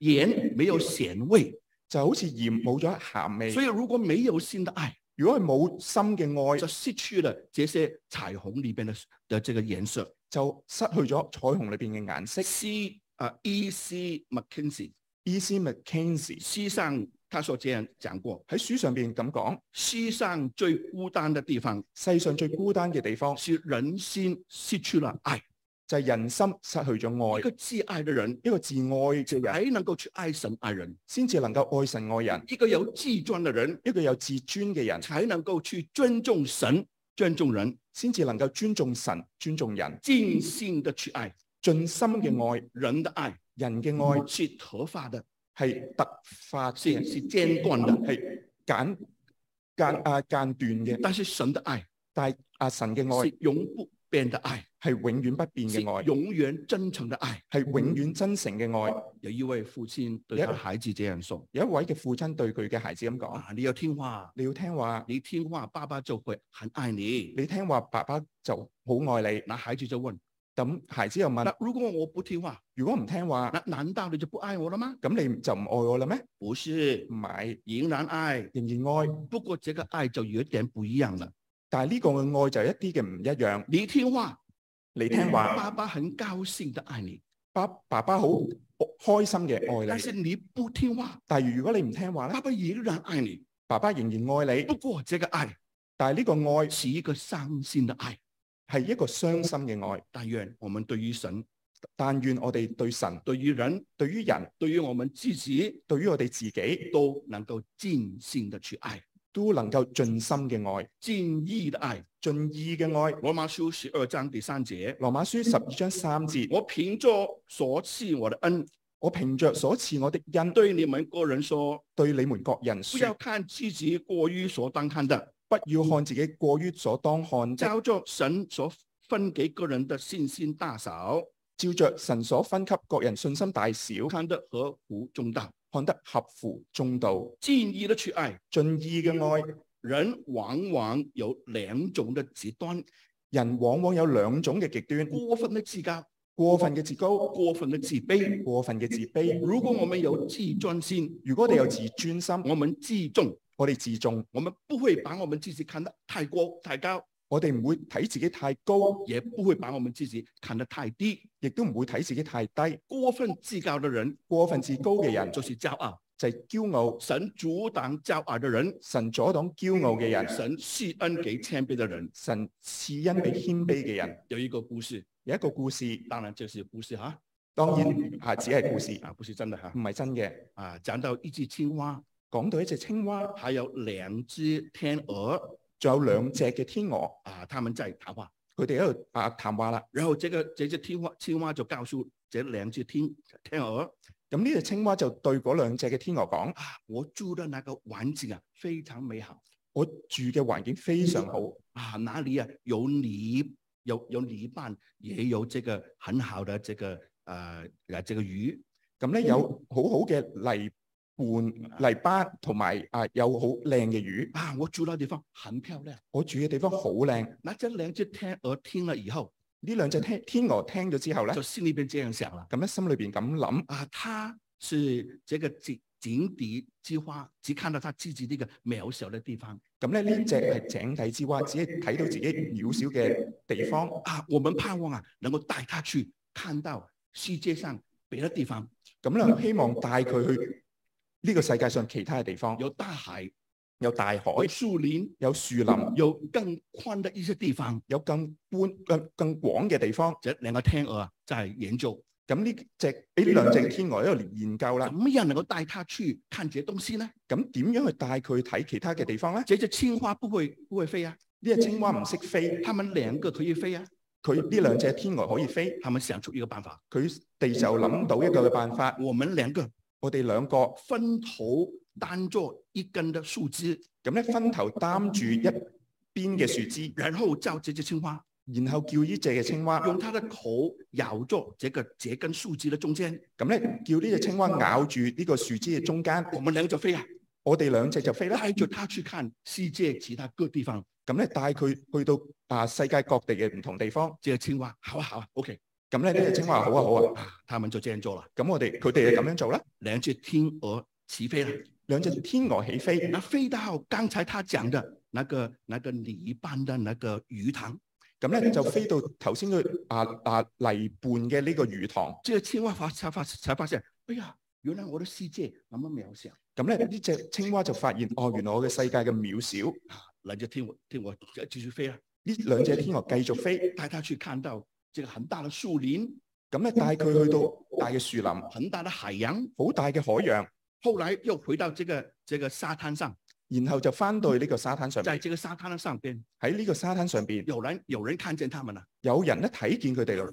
[SPEAKER 3] 鹽沒有鹹味，
[SPEAKER 2] 就好似鹽冇咗鹹
[SPEAKER 3] 所
[SPEAKER 2] 味。
[SPEAKER 3] 以如果没有心的爱，
[SPEAKER 2] 如果佢冇心嘅
[SPEAKER 3] 就
[SPEAKER 2] 愛，
[SPEAKER 3] 失去了这些彩虹里边的的这个颜色。
[SPEAKER 2] 就失去咗彩虹裏邊嘅顏色。E
[SPEAKER 3] C 啊，E.C. McKinsey
[SPEAKER 2] E.C. McKenzie
[SPEAKER 3] 西上他说这样讲过：
[SPEAKER 2] 喺書上邊咁講，
[SPEAKER 3] 西上最孤单的地方
[SPEAKER 2] 世上最孤單嘅地方
[SPEAKER 3] 是人心失去了愛。
[SPEAKER 2] 就係人心失去咗
[SPEAKER 3] 一
[SPEAKER 2] 愛。
[SPEAKER 3] 个挚愛的人
[SPEAKER 2] 一個自愛嘅人
[SPEAKER 3] 才能够去愛神愛人，
[SPEAKER 2] 先至能夠愛神愛人，
[SPEAKER 3] 一個有自尊的人
[SPEAKER 2] 一個有自尊嘅人
[SPEAKER 3] 才能够去尊重神、尊重人，
[SPEAKER 2] 先至能夠尊重神、尊重人，
[SPEAKER 3] 盡心的去愛
[SPEAKER 2] 盡心嘅愛、
[SPEAKER 3] 人的愛，
[SPEAKER 2] 人嘅愛
[SPEAKER 3] 是合法的，
[SPEAKER 2] 係突發
[SPEAKER 3] 是
[SPEAKER 2] 嘅，
[SPEAKER 3] 是間斷的。
[SPEAKER 2] 係簡間啊間斷嘅，
[SPEAKER 3] 但是神的愛
[SPEAKER 2] 但係阿神嘅愛
[SPEAKER 3] 是永不變的愛，
[SPEAKER 2] 係永遠不變
[SPEAKER 3] 是
[SPEAKER 2] 嘅愛，
[SPEAKER 3] 永遠真誠的愛。
[SPEAKER 2] 係永遠真誠嘅愛。
[SPEAKER 3] 有一位父親
[SPEAKER 2] Dạ.
[SPEAKER 3] 對他孩子這樣說：
[SPEAKER 2] 有一位嘅父親對佢嘅孩子咁講：
[SPEAKER 3] 啊，你要聽話，
[SPEAKER 2] 你要聽話，
[SPEAKER 3] 你聽話，爸爸就會很愛你。
[SPEAKER 2] 你聽話，爸爸就好愛你。
[SPEAKER 3] 那孩子就問：
[SPEAKER 2] 咁孩子又問：
[SPEAKER 3] 那如果我不聽話，
[SPEAKER 2] 如果唔聽話，
[SPEAKER 3] 那難道你就不愛我了嗎？
[SPEAKER 2] 咁你就唔愛我啦咩？
[SPEAKER 3] 不是
[SPEAKER 2] 唔，係，
[SPEAKER 3] 仍然愛。
[SPEAKER 2] 仍然愛。
[SPEAKER 3] 不過這個愛就有一點不一樣了。
[SPEAKER 2] 但係呢個嘅愛就一啲嘅唔一樣。
[SPEAKER 3] 你聽話，
[SPEAKER 2] 你聽話，
[SPEAKER 3] 爸爸很高興的愛你；
[SPEAKER 2] 爸爸爸好開心嘅愛
[SPEAKER 3] 但
[SPEAKER 2] 你
[SPEAKER 3] 是。你不聽話，
[SPEAKER 2] 但係如果你唔聽話
[SPEAKER 3] 爸
[SPEAKER 2] 咧，
[SPEAKER 3] 爸仍然愛你。
[SPEAKER 2] 爸爸仍然愛
[SPEAKER 3] 不
[SPEAKER 2] 你。
[SPEAKER 3] 過這個愛
[SPEAKER 2] 但係呢個愛
[SPEAKER 3] 是一個傷心的愛。
[SPEAKER 2] 係一個傷心嘅愛。
[SPEAKER 3] 但願我們對於神、
[SPEAKER 2] 但願我哋對神、
[SPEAKER 3] 對於人、
[SPEAKER 2] 對於人、
[SPEAKER 3] 對於我們自己，
[SPEAKER 2] 對於我哋自己，
[SPEAKER 3] 都能夠盡心的去愛，
[SPEAKER 2] 都能夠盡心嘅愛、
[SPEAKER 3] 盡意的愛。
[SPEAKER 2] 盡意嘅愛。
[SPEAKER 3] 羅馬書十二章第三節：
[SPEAKER 2] 羅馬書十二章三節，
[SPEAKER 3] 我憑着所賜我的恩，
[SPEAKER 2] 我憑着所賜我的恩，
[SPEAKER 3] 對你們個人說，
[SPEAKER 2] 對你們各人
[SPEAKER 3] 不要
[SPEAKER 2] 說：
[SPEAKER 3] 看自己過於所當看的。
[SPEAKER 2] 不要看自己過於所當看的，
[SPEAKER 3] 照着神所分给个人的信心大小，
[SPEAKER 2] 照着神所分給各人信心大小，
[SPEAKER 3] 看得合乎中道，
[SPEAKER 2] 看得合乎中道。
[SPEAKER 3] 尽意的去爱。
[SPEAKER 2] 盡意嘅愛，
[SPEAKER 3] 人往往有两种的极端：
[SPEAKER 2] 人往往有兩種嘅極端，
[SPEAKER 3] 过分的自高，
[SPEAKER 2] 過分嘅自高，
[SPEAKER 3] 过分的自卑。
[SPEAKER 2] 過分嘅自卑。
[SPEAKER 3] 如果我们有自尊心，
[SPEAKER 2] 如果我哋有自尊心，
[SPEAKER 3] 我们自重，
[SPEAKER 2] 我哋自重，
[SPEAKER 3] 我们不会把我们自己看得太过太高，
[SPEAKER 2] 我哋唔會睇自己太高，
[SPEAKER 3] 也不会把我们自己看得太低。
[SPEAKER 2] 亦都唔會睇自己太低。
[SPEAKER 3] 过分自高的人
[SPEAKER 2] 過分自高嘅人
[SPEAKER 3] 就是骄傲，
[SPEAKER 2] 就係驕傲，
[SPEAKER 3] 神阻挡骄傲的人，
[SPEAKER 2] 神阻擋驕傲嘅人，
[SPEAKER 3] 神施恩给谦卑的人。
[SPEAKER 2] 神賜恩俾謙卑嘅人。
[SPEAKER 3] 有一个故事，
[SPEAKER 2] 有一個故事，
[SPEAKER 3] 当然这是故事哈，
[SPEAKER 2] 當然啊只係故事，
[SPEAKER 3] 啊不是真的哈
[SPEAKER 2] 唔，係真嘅。
[SPEAKER 3] 啊讲到一只青蛙，
[SPEAKER 2] 講到一隻青蛙，
[SPEAKER 3] 还有两只天鹅
[SPEAKER 2] 仲有兩隻嘅天鵝，
[SPEAKER 3] 啊，他们在谈话，
[SPEAKER 2] 佢哋喺度啊談話啦。
[SPEAKER 3] 然后这个这只青蛙青蛙就告诉这两只天天鹅
[SPEAKER 2] 咁呢隻青蛙就對嗰兩隻嘅天鵝講。
[SPEAKER 3] 啊，我住的那个环境啊非常美好
[SPEAKER 2] 我住嘅環境非常好，
[SPEAKER 3] 啊，哪里啊有泥有有泥巴，也有这个很好的这个呃呃这个鱼，嗯
[SPEAKER 2] 咁咧有好好嘅泥伴、泥巴同埋啊有好靚嘅魚。
[SPEAKER 3] 啊，我住那地方很漂亮。
[SPEAKER 2] 我住嘅地方好靚。
[SPEAKER 3] 那这兩隻天鵝聽了以後，
[SPEAKER 2] 呢兩隻天天鵝聽咗之後咧
[SPEAKER 3] 嗯就，心里边这樣想了。
[SPEAKER 2] 咁咧心裏邊咁諗，
[SPEAKER 3] 啊，他是这个井井底之蛙，只看到他自己那个渺小的地方
[SPEAKER 2] 咁
[SPEAKER 3] 嗯
[SPEAKER 2] 咧呢只係井底之蛙，只係睇到自己渺小嘅地方。
[SPEAKER 3] 啊。我们盼望啊，能够带他去看到世界上别的地方，
[SPEAKER 2] 咁
[SPEAKER 3] 嗯
[SPEAKER 2] 咧希望帶佢去呢個世界上其他嘅地方，
[SPEAKER 3] 有大海，
[SPEAKER 2] 有大海、
[SPEAKER 3] 有嗯树林，
[SPEAKER 2] 有樹林、
[SPEAKER 3] 有更宽的一些地方。
[SPEAKER 2] 有更寬、更更廣嘅地方。
[SPEAKER 3] 这两个天鹅啊，在研究
[SPEAKER 2] 咁呢只
[SPEAKER 3] 嗯
[SPEAKER 2] 俾呢兩隻天鵝喺度研究啦
[SPEAKER 3] 怎。么样能够带他去看这些东西呢？
[SPEAKER 2] 咁點樣去帶佢睇其他嘅地方咧？
[SPEAKER 3] 这只青蛙不会不会飞啊，
[SPEAKER 2] 呢只青蛙唔識飛，
[SPEAKER 3] 它们两个可以飞啊，
[SPEAKER 2] 佢呢兩隻天鵝可以飛，
[SPEAKER 3] 它们想出一个办法，
[SPEAKER 2] 佢哋就諗到一個嘅辦法。
[SPEAKER 3] 我们两个
[SPEAKER 2] 我哋兩個
[SPEAKER 3] 分头当做一根的树枝。
[SPEAKER 2] 咁咧分頭擔住一邊嘅樹枝，
[SPEAKER 3] 然后叫这只青蛙
[SPEAKER 2] 然後叫呢只嘅青蛙，
[SPEAKER 3] 用它的口咬住这个这根树枝的中间，
[SPEAKER 2] 咁咧叫呢只青蛙咬住呢個樹枝嘅中間，
[SPEAKER 3] 我们两就飞啊，
[SPEAKER 2] 我哋兩隻就飛啦。
[SPEAKER 3] 带着它去看世界其他各地方。
[SPEAKER 2] 咁咧帶佢去到啊世界各地嘅唔同地方。
[SPEAKER 3] 这个青蛙好啊好啊，OK
[SPEAKER 2] 咁咧呢只青蛙好啊好啊，
[SPEAKER 3] 啊，他们就这样做了。
[SPEAKER 2] 咁我哋佢哋就咁樣做啦。
[SPEAKER 3] 两只天鹅起飞了，
[SPEAKER 2] 两只天鹅起飞
[SPEAKER 3] 那，飞到刚才他讲的那个那个泥般的那个鱼塘，
[SPEAKER 2] 咁咧就飛到頭先佢啊啊泥畔嘅呢個魚塘，
[SPEAKER 3] 这个青蛙发才发才发现，哎呀，原来我的世界那么渺小。
[SPEAKER 2] 咁咧呢只青蛙就發現哦，原來我嘅世界嘅渺小。
[SPEAKER 3] 人家听我听我继续飞啊，
[SPEAKER 2] 呢兩隻天鵝繼續飛，
[SPEAKER 3] 带他去看到这个很大的树林，
[SPEAKER 2] 咁咧帶佢去到大嘅樹林，
[SPEAKER 3] 很大的海洋。
[SPEAKER 2] 好大嘅海洋，
[SPEAKER 3] 后来又回到这个这个沙滩上，
[SPEAKER 2] 然後就翻到呢個沙灘上
[SPEAKER 3] 在
[SPEAKER 2] 面。
[SPEAKER 3] 这个沙滩的上边，
[SPEAKER 2] 喺呢個沙灘上邊，
[SPEAKER 3] 有人有人看见他们了，
[SPEAKER 2] 有人咧睇見佢哋啦。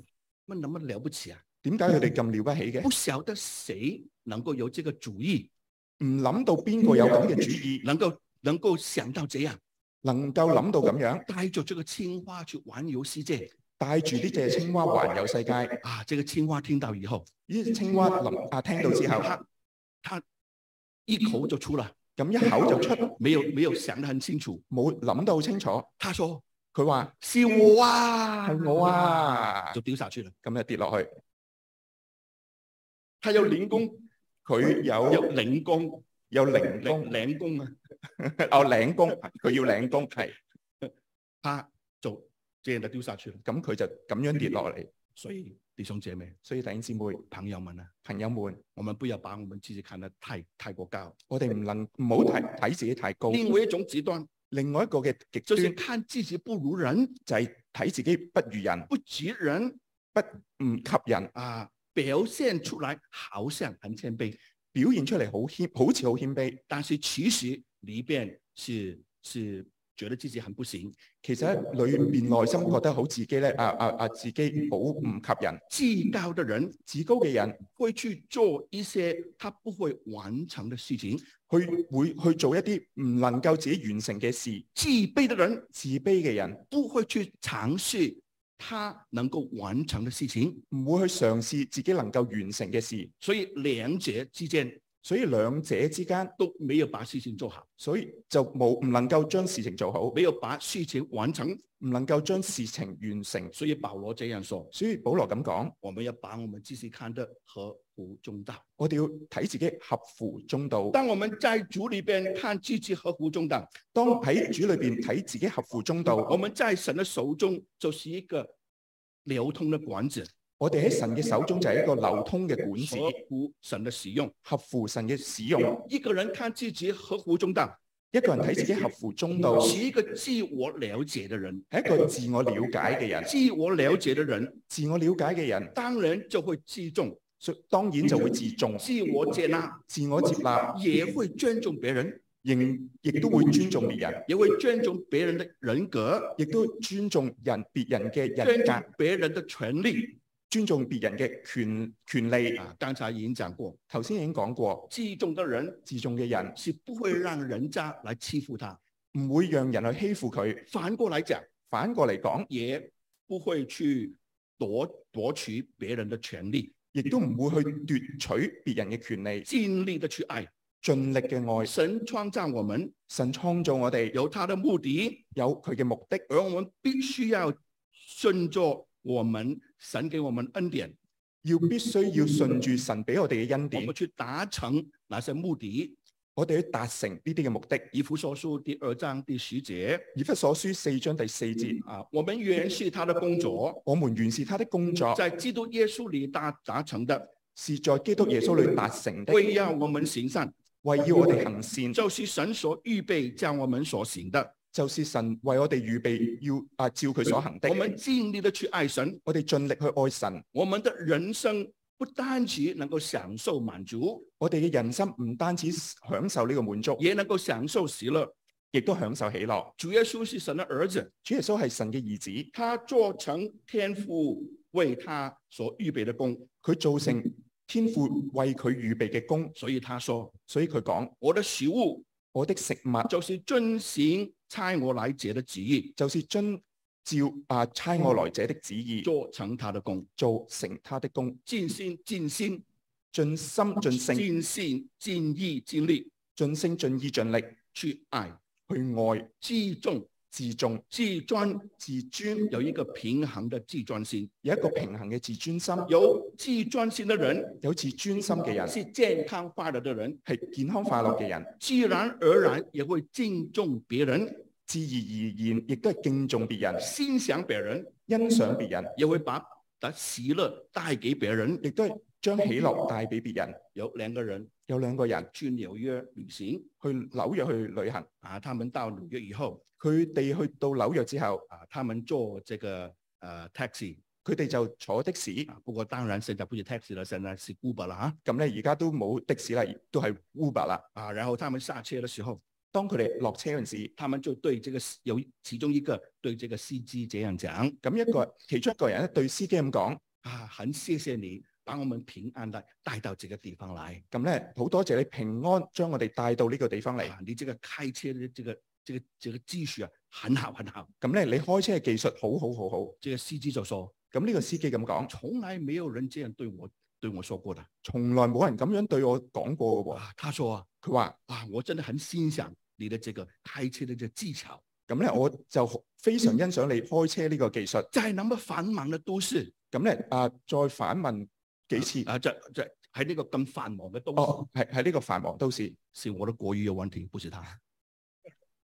[SPEAKER 3] 那那么了不起啊！
[SPEAKER 2] 點解佢哋咁了不起
[SPEAKER 3] 不
[SPEAKER 2] 嘅？
[SPEAKER 3] 晓得谁能够有这个主意，
[SPEAKER 2] 唔諗到邊個有咁嘅主意，
[SPEAKER 3] 能够能够想到这样，
[SPEAKER 2] 能夠諗到咁樣，
[SPEAKER 3] 带着这个青蛙去环游世界
[SPEAKER 2] 帶住呢只青蛙環遊世界。呢
[SPEAKER 3] 啊！这个青蛙听到以后，
[SPEAKER 2] 只青蛙臨啊聽到之後，
[SPEAKER 3] 它它一口就出了，
[SPEAKER 2] 咁一口就出，
[SPEAKER 3] 没有没有想得很清楚。
[SPEAKER 2] 冇諗到好清楚。
[SPEAKER 3] 他说
[SPEAKER 2] 佢話：
[SPEAKER 3] 是我啊，
[SPEAKER 2] 係我，啊！
[SPEAKER 3] 就丢下去了。
[SPEAKER 2] 咁就跌落去。
[SPEAKER 3] 他有零工，
[SPEAKER 2] 佢
[SPEAKER 3] 有
[SPEAKER 2] 有
[SPEAKER 3] 零工，
[SPEAKER 2] 有零
[SPEAKER 3] 零
[SPEAKER 2] 工，
[SPEAKER 3] 零工啊，
[SPEAKER 2] (laughs) 哦領工，佢要領工，係
[SPEAKER 3] 他就这样的丢下去了。
[SPEAKER 2] 咁佢就咁樣跌落嚟。
[SPEAKER 3] 所以弟兄姐妹、
[SPEAKER 2] 所以弟兄姊妹、
[SPEAKER 3] 朋友们啊，
[SPEAKER 2] 朋友們，
[SPEAKER 3] 我们不要把我们自己看得太太过高。
[SPEAKER 2] 我哋唔能唔好睇睇自己太高。
[SPEAKER 3] 另外一种极端
[SPEAKER 2] 另外一個嘅極
[SPEAKER 3] 就是
[SPEAKER 2] 端
[SPEAKER 3] 看自己不如人、
[SPEAKER 2] 就係睇自己不如人，
[SPEAKER 3] 不及人
[SPEAKER 2] 唔及人，
[SPEAKER 3] 啊，表现出来好像很谦卑，
[SPEAKER 2] 表現出嚟好謙，好似好謙卑，
[SPEAKER 3] 但是其实里边是是觉得自己很不行，
[SPEAKER 2] 其實喺裏面內心覺得好自己咧啊啊啊自己好唔及人，
[SPEAKER 3] 至高的人
[SPEAKER 2] 自高嘅人
[SPEAKER 3] 会去做一些他不会完成的事情，
[SPEAKER 2] 去會去做一啲唔能夠自己完成嘅事，
[SPEAKER 3] 自卑的人
[SPEAKER 2] 自卑嘅人。
[SPEAKER 3] 不会去尝试他能够完成的事情，
[SPEAKER 2] 唔會去嘗試自己能夠完成嘅事，
[SPEAKER 3] 所以两者之间
[SPEAKER 2] 所以兩者之間，
[SPEAKER 3] 都没有把事情做好，
[SPEAKER 2] 所以就冇唔能夠將事情做好，
[SPEAKER 3] 没有把事情完成。
[SPEAKER 2] 唔能夠將事情完成。
[SPEAKER 3] 所以保罗这样说：
[SPEAKER 2] 所以保羅咁講，
[SPEAKER 3] 我们要把我们自己看得合乎中道。
[SPEAKER 2] 我哋要睇自己合乎中道。
[SPEAKER 3] 当我们在主里边看自己合乎中道，
[SPEAKER 2] 當喺主裏邊睇自己合乎中道，
[SPEAKER 3] 我们在神的手中就是一个流通的管子，
[SPEAKER 2] 我哋喺神嘅手中就係一個流通嘅管子，
[SPEAKER 3] 合乎神的使用。
[SPEAKER 2] 合乎神嘅使用。
[SPEAKER 3] 一个人看自己合乎中道，
[SPEAKER 2] 一個人睇自己合乎中道，
[SPEAKER 3] 是一个自我了解的人。
[SPEAKER 2] 係一個自我了解嘅人。
[SPEAKER 3] 自我了解的人，
[SPEAKER 2] 自我了解嘅人，
[SPEAKER 3] 当然就会自重、
[SPEAKER 2] 所以當然就會自重、
[SPEAKER 3] 自我接纳，
[SPEAKER 2] 自我接納，
[SPEAKER 3] 也会尊重别人，
[SPEAKER 2] 仍亦都會尊重別人。
[SPEAKER 3] 也会尊重别人的人格，
[SPEAKER 2] 亦都尊重人別人嘅
[SPEAKER 3] 尊
[SPEAKER 2] 人
[SPEAKER 3] 重
[SPEAKER 2] 格，
[SPEAKER 3] 别人的权利
[SPEAKER 2] 尊重別人嘅權權利。
[SPEAKER 3] 啊。刚才已经讲过，
[SPEAKER 2] 頭先已經講過，
[SPEAKER 3] 自重的人
[SPEAKER 2] 自重嘅人
[SPEAKER 3] 是不会让人家来欺负他，
[SPEAKER 2] 唔會讓人去欺負佢，
[SPEAKER 3] 反过来讲，
[SPEAKER 2] 反過嚟講，
[SPEAKER 3] 也不会去夺夺取别人的权利，
[SPEAKER 2] 亦都唔會去奪取別人嘅權利，
[SPEAKER 3] 尽力的去爱。
[SPEAKER 2] 盡力嘅愛。
[SPEAKER 3] 神创造我们
[SPEAKER 2] 神創造我哋
[SPEAKER 3] 有他的目的，
[SPEAKER 2] 有佢嘅目的，
[SPEAKER 3] 而我们必须要顺着我们神给我们恩典，
[SPEAKER 2] 要必須要順住神俾我哋嘅恩
[SPEAKER 3] 我
[SPEAKER 2] 典
[SPEAKER 3] 们，去达成那些目的。
[SPEAKER 2] 我哋去達成呢啲嘅目的。
[SPEAKER 3] 以弗所书第二章第十节
[SPEAKER 2] 以弗所書四章第四節，
[SPEAKER 3] 啊，我们原是他的工作，
[SPEAKER 2] 我們原是他的工作，
[SPEAKER 3] 在基督耶稣里达达成的，
[SPEAKER 2] 是在基督耶穌裏達成的，
[SPEAKER 3] 为要我们行善，
[SPEAKER 2] 為要我哋行善。
[SPEAKER 3] 就是神所预备叫我们所行的。
[SPEAKER 2] 就是神為我哋預備要啊照佢所行的
[SPEAKER 3] 我，们尽力的去爱神，
[SPEAKER 2] 我哋盡力去愛神，
[SPEAKER 3] 我们的人生不单只能够享受满足，
[SPEAKER 2] 我哋嘅人生唔單止享受呢個滿足，
[SPEAKER 3] 也能够享受喜乐。
[SPEAKER 2] 亦都享受喜樂。
[SPEAKER 3] 主耶稣是神的儿子，
[SPEAKER 2] 主耶穌係神嘅兒子，
[SPEAKER 3] 他做成天父为他所预备的功，
[SPEAKER 2] 佢造成天父為佢預備嘅功，
[SPEAKER 3] 所以他说
[SPEAKER 2] 所以佢講：：“
[SPEAKER 3] 我的食物
[SPEAKER 2] 我的食物
[SPEAKER 3] 就是遵行差我来者的旨意，
[SPEAKER 2] 就是遵照啊差我來者的旨意，
[SPEAKER 3] 做成他的功，
[SPEAKER 2] 做成他的功，
[SPEAKER 3] 尽心尽心
[SPEAKER 2] 盡心盡性
[SPEAKER 3] 尽心尽意尽力
[SPEAKER 2] 盡性盡意盡力
[SPEAKER 3] 去爱，
[SPEAKER 2] 去愛，
[SPEAKER 3] 自重
[SPEAKER 2] 自重、
[SPEAKER 3] 自尊
[SPEAKER 2] 自尊，
[SPEAKER 3] 有一个平衡的自尊心。
[SPEAKER 2] 有一個平衡嘅自尊心。
[SPEAKER 3] 有自尊心的人
[SPEAKER 2] 有自尊心嘅人
[SPEAKER 3] 是健康快乐的人，
[SPEAKER 2] 係健康快樂嘅人，
[SPEAKER 3] 自然而然也会敬重别人、
[SPEAKER 2] 自然而然亦都係敬重別人、
[SPEAKER 3] 欣赏别人，
[SPEAKER 2] 欣賞別人，
[SPEAKER 3] 也会把把喜乐带给别人。
[SPEAKER 2] 亦都係將喜樂帶俾別人。
[SPEAKER 3] 有两个人
[SPEAKER 2] 有兩個人
[SPEAKER 3] 去纽约旅行
[SPEAKER 2] 去紐約去旅行，
[SPEAKER 3] 啊，他们到纽约以后
[SPEAKER 2] 佢哋去到紐約之後，
[SPEAKER 3] 啊，他们坐这个呃 taxi
[SPEAKER 2] 佢哋就坐的士。
[SPEAKER 3] 啊，不过当然现在不是 taxi 了，现在是 Uber 了啊
[SPEAKER 2] 咁咧而家都冇的士啦，都係 Uber 啦。
[SPEAKER 3] 啊，然后他们下车的时候，
[SPEAKER 2] 當佢哋落車嗰陣時，
[SPEAKER 3] 他们就对这个有其中一个对这个司机这样讲
[SPEAKER 2] 咁一
[SPEAKER 3] 嗯
[SPEAKER 2] 個其中一個人咧對司機咁講，
[SPEAKER 3] 啊，很谢谢你把我们平安的带到这个地方来
[SPEAKER 2] 咁咧好多謝你平安將我哋帶到呢個地方嚟。
[SPEAKER 3] 啊，你这个开车的这个这个这个技术啊，很好很好。
[SPEAKER 2] 咁咧你開車嘅技術好好好好。
[SPEAKER 3] 这个司机就说，
[SPEAKER 2] 咁呢個司機咁講，
[SPEAKER 3] 从来没有人这样对我对我说过的
[SPEAKER 2] 從來冇人咁樣對我講過嘅喎。
[SPEAKER 3] 啊，他说啊。
[SPEAKER 2] 佢話
[SPEAKER 3] 啊，我真的很欣赏你的这个开车的这技巧，
[SPEAKER 2] 咁咧我就非常欣賞你開車呢個技術。
[SPEAKER 3] 在那么繁忙的都市
[SPEAKER 2] 咁咧啊，再反問幾次？
[SPEAKER 3] 啊，在在喺呢个咁繁忙嘅都市，
[SPEAKER 2] 哦，係喺呢個繁忙都市。
[SPEAKER 3] 是我的国语有问题，不是他。
[SPEAKER 2] (laughs)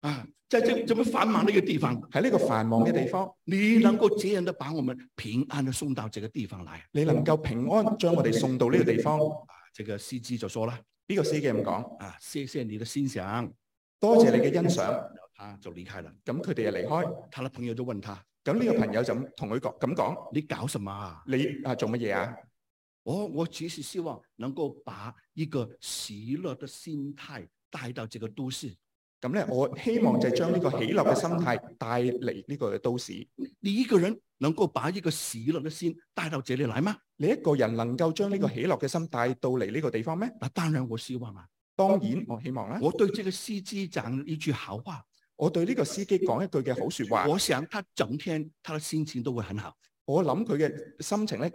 [SPEAKER 3] 啊，在这这么繁忙的一个地方，
[SPEAKER 2] 喺呢個繁忙嘅地方，
[SPEAKER 3] 你能够这样的把我们平安的送到这个地方来，
[SPEAKER 2] 你能夠平安將我哋送到呢個地方，
[SPEAKER 3] 啊，这个司机就说了，
[SPEAKER 2] 呢、個司機咁講，
[SPEAKER 3] 啊，谢谢你的欣赏，
[SPEAKER 2] 多謝你嘅欣賞。
[SPEAKER 3] 然后他就离开了。
[SPEAKER 2] 咁佢哋就離開。
[SPEAKER 3] 他的朋友就问他，
[SPEAKER 2] 咁呢個朋友就咁同佢講咁講：
[SPEAKER 3] 你搞什么啊？
[SPEAKER 2] 你啊做乜嘢啊？
[SPEAKER 3] 我我只是希望能够把一个喜乐的心态带到这个都市。
[SPEAKER 2] 咁咧，我希望就係將呢個喜樂嘅心態帶嚟呢個都市。
[SPEAKER 3] 你一个人能够把一个喜乐的心带到这里来吗？
[SPEAKER 2] 你一個人能夠將呢個喜樂嘅心帶到嚟呢個地方咩？
[SPEAKER 3] 那当然，我希望啊，
[SPEAKER 2] 當然，我希望啦。
[SPEAKER 3] 我对这个司机讲一句好话，
[SPEAKER 2] 我對呢個司機講一句嘅好説話，
[SPEAKER 3] 我想他整天他的心情都会很好。
[SPEAKER 2] 我諗佢嘅心情咧，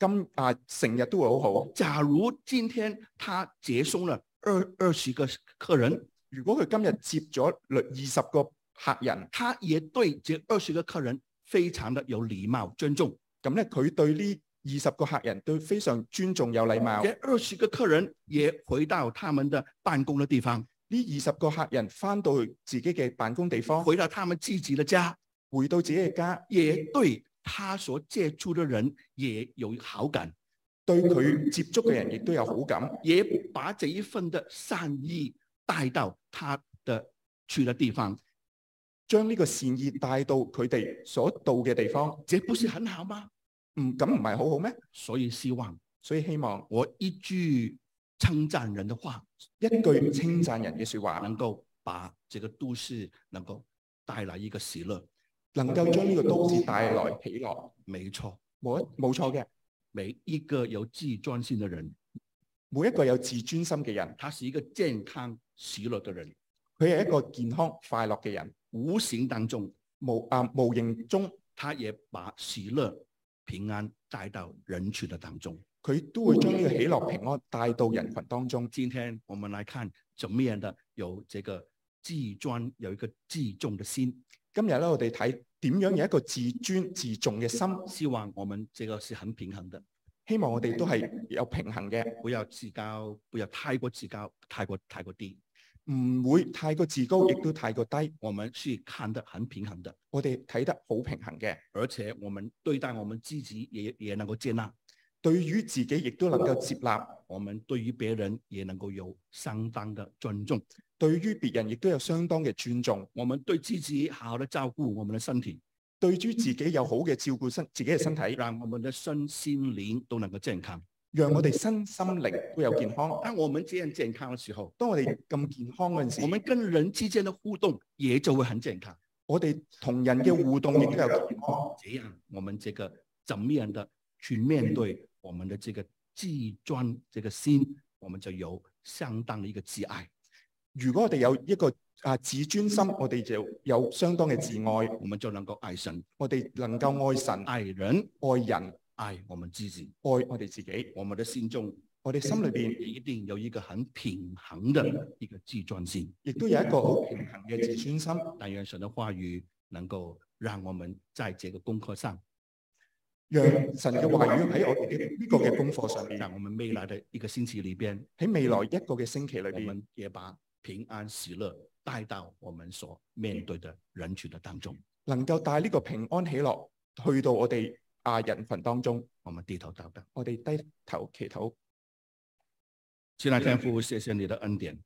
[SPEAKER 2] 今啊成日都會好好。
[SPEAKER 3] 假如今天他接送了二二十个客人，
[SPEAKER 2] 如果佢今日接咗二十個客人，
[SPEAKER 3] 他也对这二十个客人非常的有礼貌、尊重。
[SPEAKER 2] 咁咧佢對呢二十個客人都非常尊重有禮貌。
[SPEAKER 3] 这二十个客人也回到他们的办公的地方，
[SPEAKER 2] 呢二十個客人翻到去自己嘅辦公地方，
[SPEAKER 3] 回到他们自己的家，
[SPEAKER 2] 回到自己嘅家。
[SPEAKER 3] 也对他所接触的人也有好感。
[SPEAKER 2] 對佢接觸嘅人亦都有好感，
[SPEAKER 3] 也把这一份的善意带到他的去的地方，
[SPEAKER 2] 將呢個善意帶到佢哋所到嘅地方，
[SPEAKER 3] 这不是很好吗？
[SPEAKER 2] 唔咁唔係好好咩？
[SPEAKER 3] 所以希望
[SPEAKER 2] 所以希望
[SPEAKER 3] 我一句称赞人的话，
[SPEAKER 2] 一句稱讚人嘅说話，
[SPEAKER 3] 能够把这个都市能够带来一个喜乐。
[SPEAKER 2] 能夠將呢個都市帶來喜樂，
[SPEAKER 3] 没错，
[SPEAKER 2] 冇一冇錯嘅。
[SPEAKER 3] 每一个有自尊心的人，
[SPEAKER 2] 每一個有自尊心嘅人，
[SPEAKER 3] 他是一个健康喜乐的人，
[SPEAKER 2] 佢係一個健康快樂嘅人，
[SPEAKER 3] 无形当中
[SPEAKER 2] 無啊無形中
[SPEAKER 3] 他也把喜乐、平安带到人群的当中。
[SPEAKER 2] 佢都會將呢個喜樂平安帶到人群當中。
[SPEAKER 3] 今天我们来看怎么样的有这个自专，有一个自重的心，
[SPEAKER 2] 今日咧，我哋睇點樣有一個自尊自重嘅心，
[SPEAKER 3] 希望我们这个是很平衡的，
[SPEAKER 2] 希望我哋都係有平衡嘅。
[SPEAKER 3] 不要自高，不要太过自高，太过太过低，
[SPEAKER 2] 唔會太過自高，亦都太過低。
[SPEAKER 3] 我们是看得很平衡的，
[SPEAKER 2] 我哋睇得好平衡嘅，
[SPEAKER 3] 而且我们对待我们自己也也能够接纳，
[SPEAKER 2] 對於自己亦都能夠接納，
[SPEAKER 3] 我们对于别人也能够有相当的尊重，
[SPEAKER 2] 對於別人亦都有相當嘅尊重，
[SPEAKER 3] 我们对自己好好的照顾我们的身体，
[SPEAKER 2] 對於自己有好嘅照顧身自己嘅身體，
[SPEAKER 3] 让我们的身心灵都能够健康。
[SPEAKER 2] 讓我哋身心靈都有健康。
[SPEAKER 3] 当我们这样健康的时候，
[SPEAKER 2] 當我哋咁健康嗰陣
[SPEAKER 3] 我
[SPEAKER 2] 時，
[SPEAKER 3] 们跟人之间的互动也就会很健康。
[SPEAKER 2] 我哋同人嘅互動亦都有健康。
[SPEAKER 3] 这样，我们这个怎么样的去面对我们的这个自尊这个心，我们就有相当的一个自爱。
[SPEAKER 2] 如果我哋有一個啊自尊心，我哋就有相當嘅自愛，
[SPEAKER 3] 我们就能够爱神、
[SPEAKER 2] 我哋能夠愛神、
[SPEAKER 3] 爱人、
[SPEAKER 2] 愛人、愛
[SPEAKER 3] 爱我们自己。
[SPEAKER 2] 我哋自己。
[SPEAKER 3] 我们的心中
[SPEAKER 2] 我哋心裏邊
[SPEAKER 3] 一定有一个很平衡的一个自尊心。
[SPEAKER 2] 亦都有一個好平衡嘅自尊心。
[SPEAKER 3] 但愿神的话语能够让我们在这个功课上，
[SPEAKER 2] 让神嘅話語喺我哋嘅呢個嘅功課上面，
[SPEAKER 3] 让我们未来的一个星期里边，
[SPEAKER 2] 喺未來一個嘅星期裏
[SPEAKER 3] 我
[SPEAKER 2] 邊，
[SPEAKER 3] 们也把平安喜乐带到我们所面对的人群的当中。
[SPEAKER 2] 能夠帶呢個平安喜樂去到我哋亞人群當中。
[SPEAKER 3] 我们低头祷告，
[SPEAKER 2] 我哋低頭祈禱，
[SPEAKER 3] 亲爱的天父，谢谢你的恩典，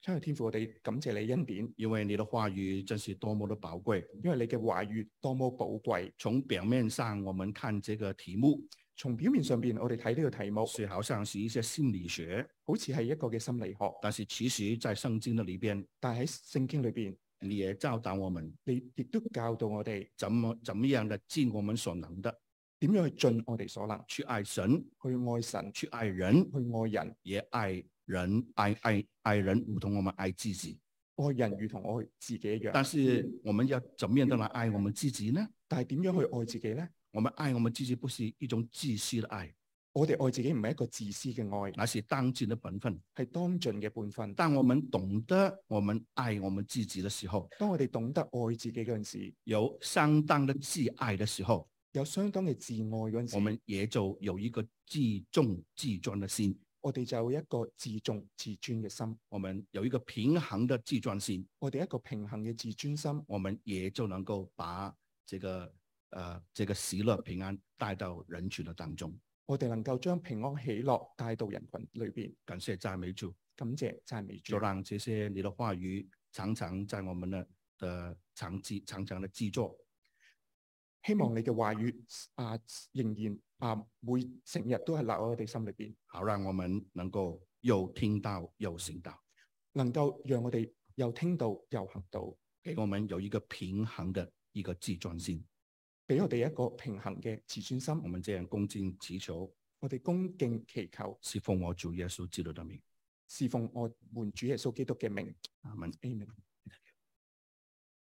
[SPEAKER 2] 亲愛天父，我哋感謝你恩典，
[SPEAKER 3] 因为你的话语真是多么的宝贵。
[SPEAKER 2] 因為你嘅話語多麼寶貴。
[SPEAKER 3] 从表面上我们看这个题目，
[SPEAKER 2] 從表面上邊，我哋睇呢個題目，
[SPEAKER 3] 是好像是一些心理学，
[SPEAKER 2] 好似係一個嘅心理學，
[SPEAKER 3] 但是其实在圣经的里边，
[SPEAKER 2] 但喺聖經裏邊，
[SPEAKER 3] 你也教导我们
[SPEAKER 2] 你亦都教導我哋
[SPEAKER 3] 怎么怎么样的尽我们所能的
[SPEAKER 2] 點樣去盡我哋所能，
[SPEAKER 3] 去爱神，
[SPEAKER 2] 去愛神，
[SPEAKER 3] 去爱人，
[SPEAKER 2] 去愛人，
[SPEAKER 3] 也爱人，爱爱爱人，如同我们爱自己。
[SPEAKER 2] 愛人如同愛自己一樣。
[SPEAKER 3] 但是我们要怎么样的来爱我们自己呢？
[SPEAKER 2] 但係點樣去愛自己呢？
[SPEAKER 3] 我们爱我们自己不是一种自私的爱，
[SPEAKER 2] 我哋愛自己唔係一個自私嘅愛，
[SPEAKER 3] 而是当尽的本分。
[SPEAKER 2] 係當盡嘅本分。
[SPEAKER 3] 当我们懂得我们爱我们自己的时候，
[SPEAKER 2] 當我哋懂得愛自己嗰陣時，
[SPEAKER 3] 有相当的自爱的时候，
[SPEAKER 2] 有相當嘅自愛嗰陣
[SPEAKER 3] 我
[SPEAKER 2] 時，
[SPEAKER 3] 们也就有一个自重自尊的心，
[SPEAKER 2] 我哋就有一個自重自尊嘅心，
[SPEAKER 3] 我们有一个平衡的自尊心，
[SPEAKER 2] 我哋一個平衡嘅自尊心，
[SPEAKER 3] 我们也就能够把这个呃这个喜乐平安带到人群的当中。
[SPEAKER 2] 我哋能夠將平安喜樂帶到人群裏邊。
[SPEAKER 3] 感谢赞美主，
[SPEAKER 2] 感謝讚美主
[SPEAKER 3] 就，让这些你的话语常常在我们的的常记常常的记作，
[SPEAKER 2] 希望你嘅話語啊，仍然啊，每成日都係留喺我哋心裏邊，
[SPEAKER 3] 好让我们能够又听到又行到，
[SPEAKER 2] 能夠讓我哋又聽到又行到，
[SPEAKER 3] 给我们有一个平衡的一个自尊心。
[SPEAKER 2] 俾我哋一個平衡嘅自尊心
[SPEAKER 3] 我。们这样恭敬祈求，
[SPEAKER 2] 我哋恭敬祈求，
[SPEAKER 3] 是奉我主耶稣基督的名，
[SPEAKER 2] 侍奉我們主耶穌基督嘅名。
[SPEAKER 3] 阿门。
[SPEAKER 2] Amen。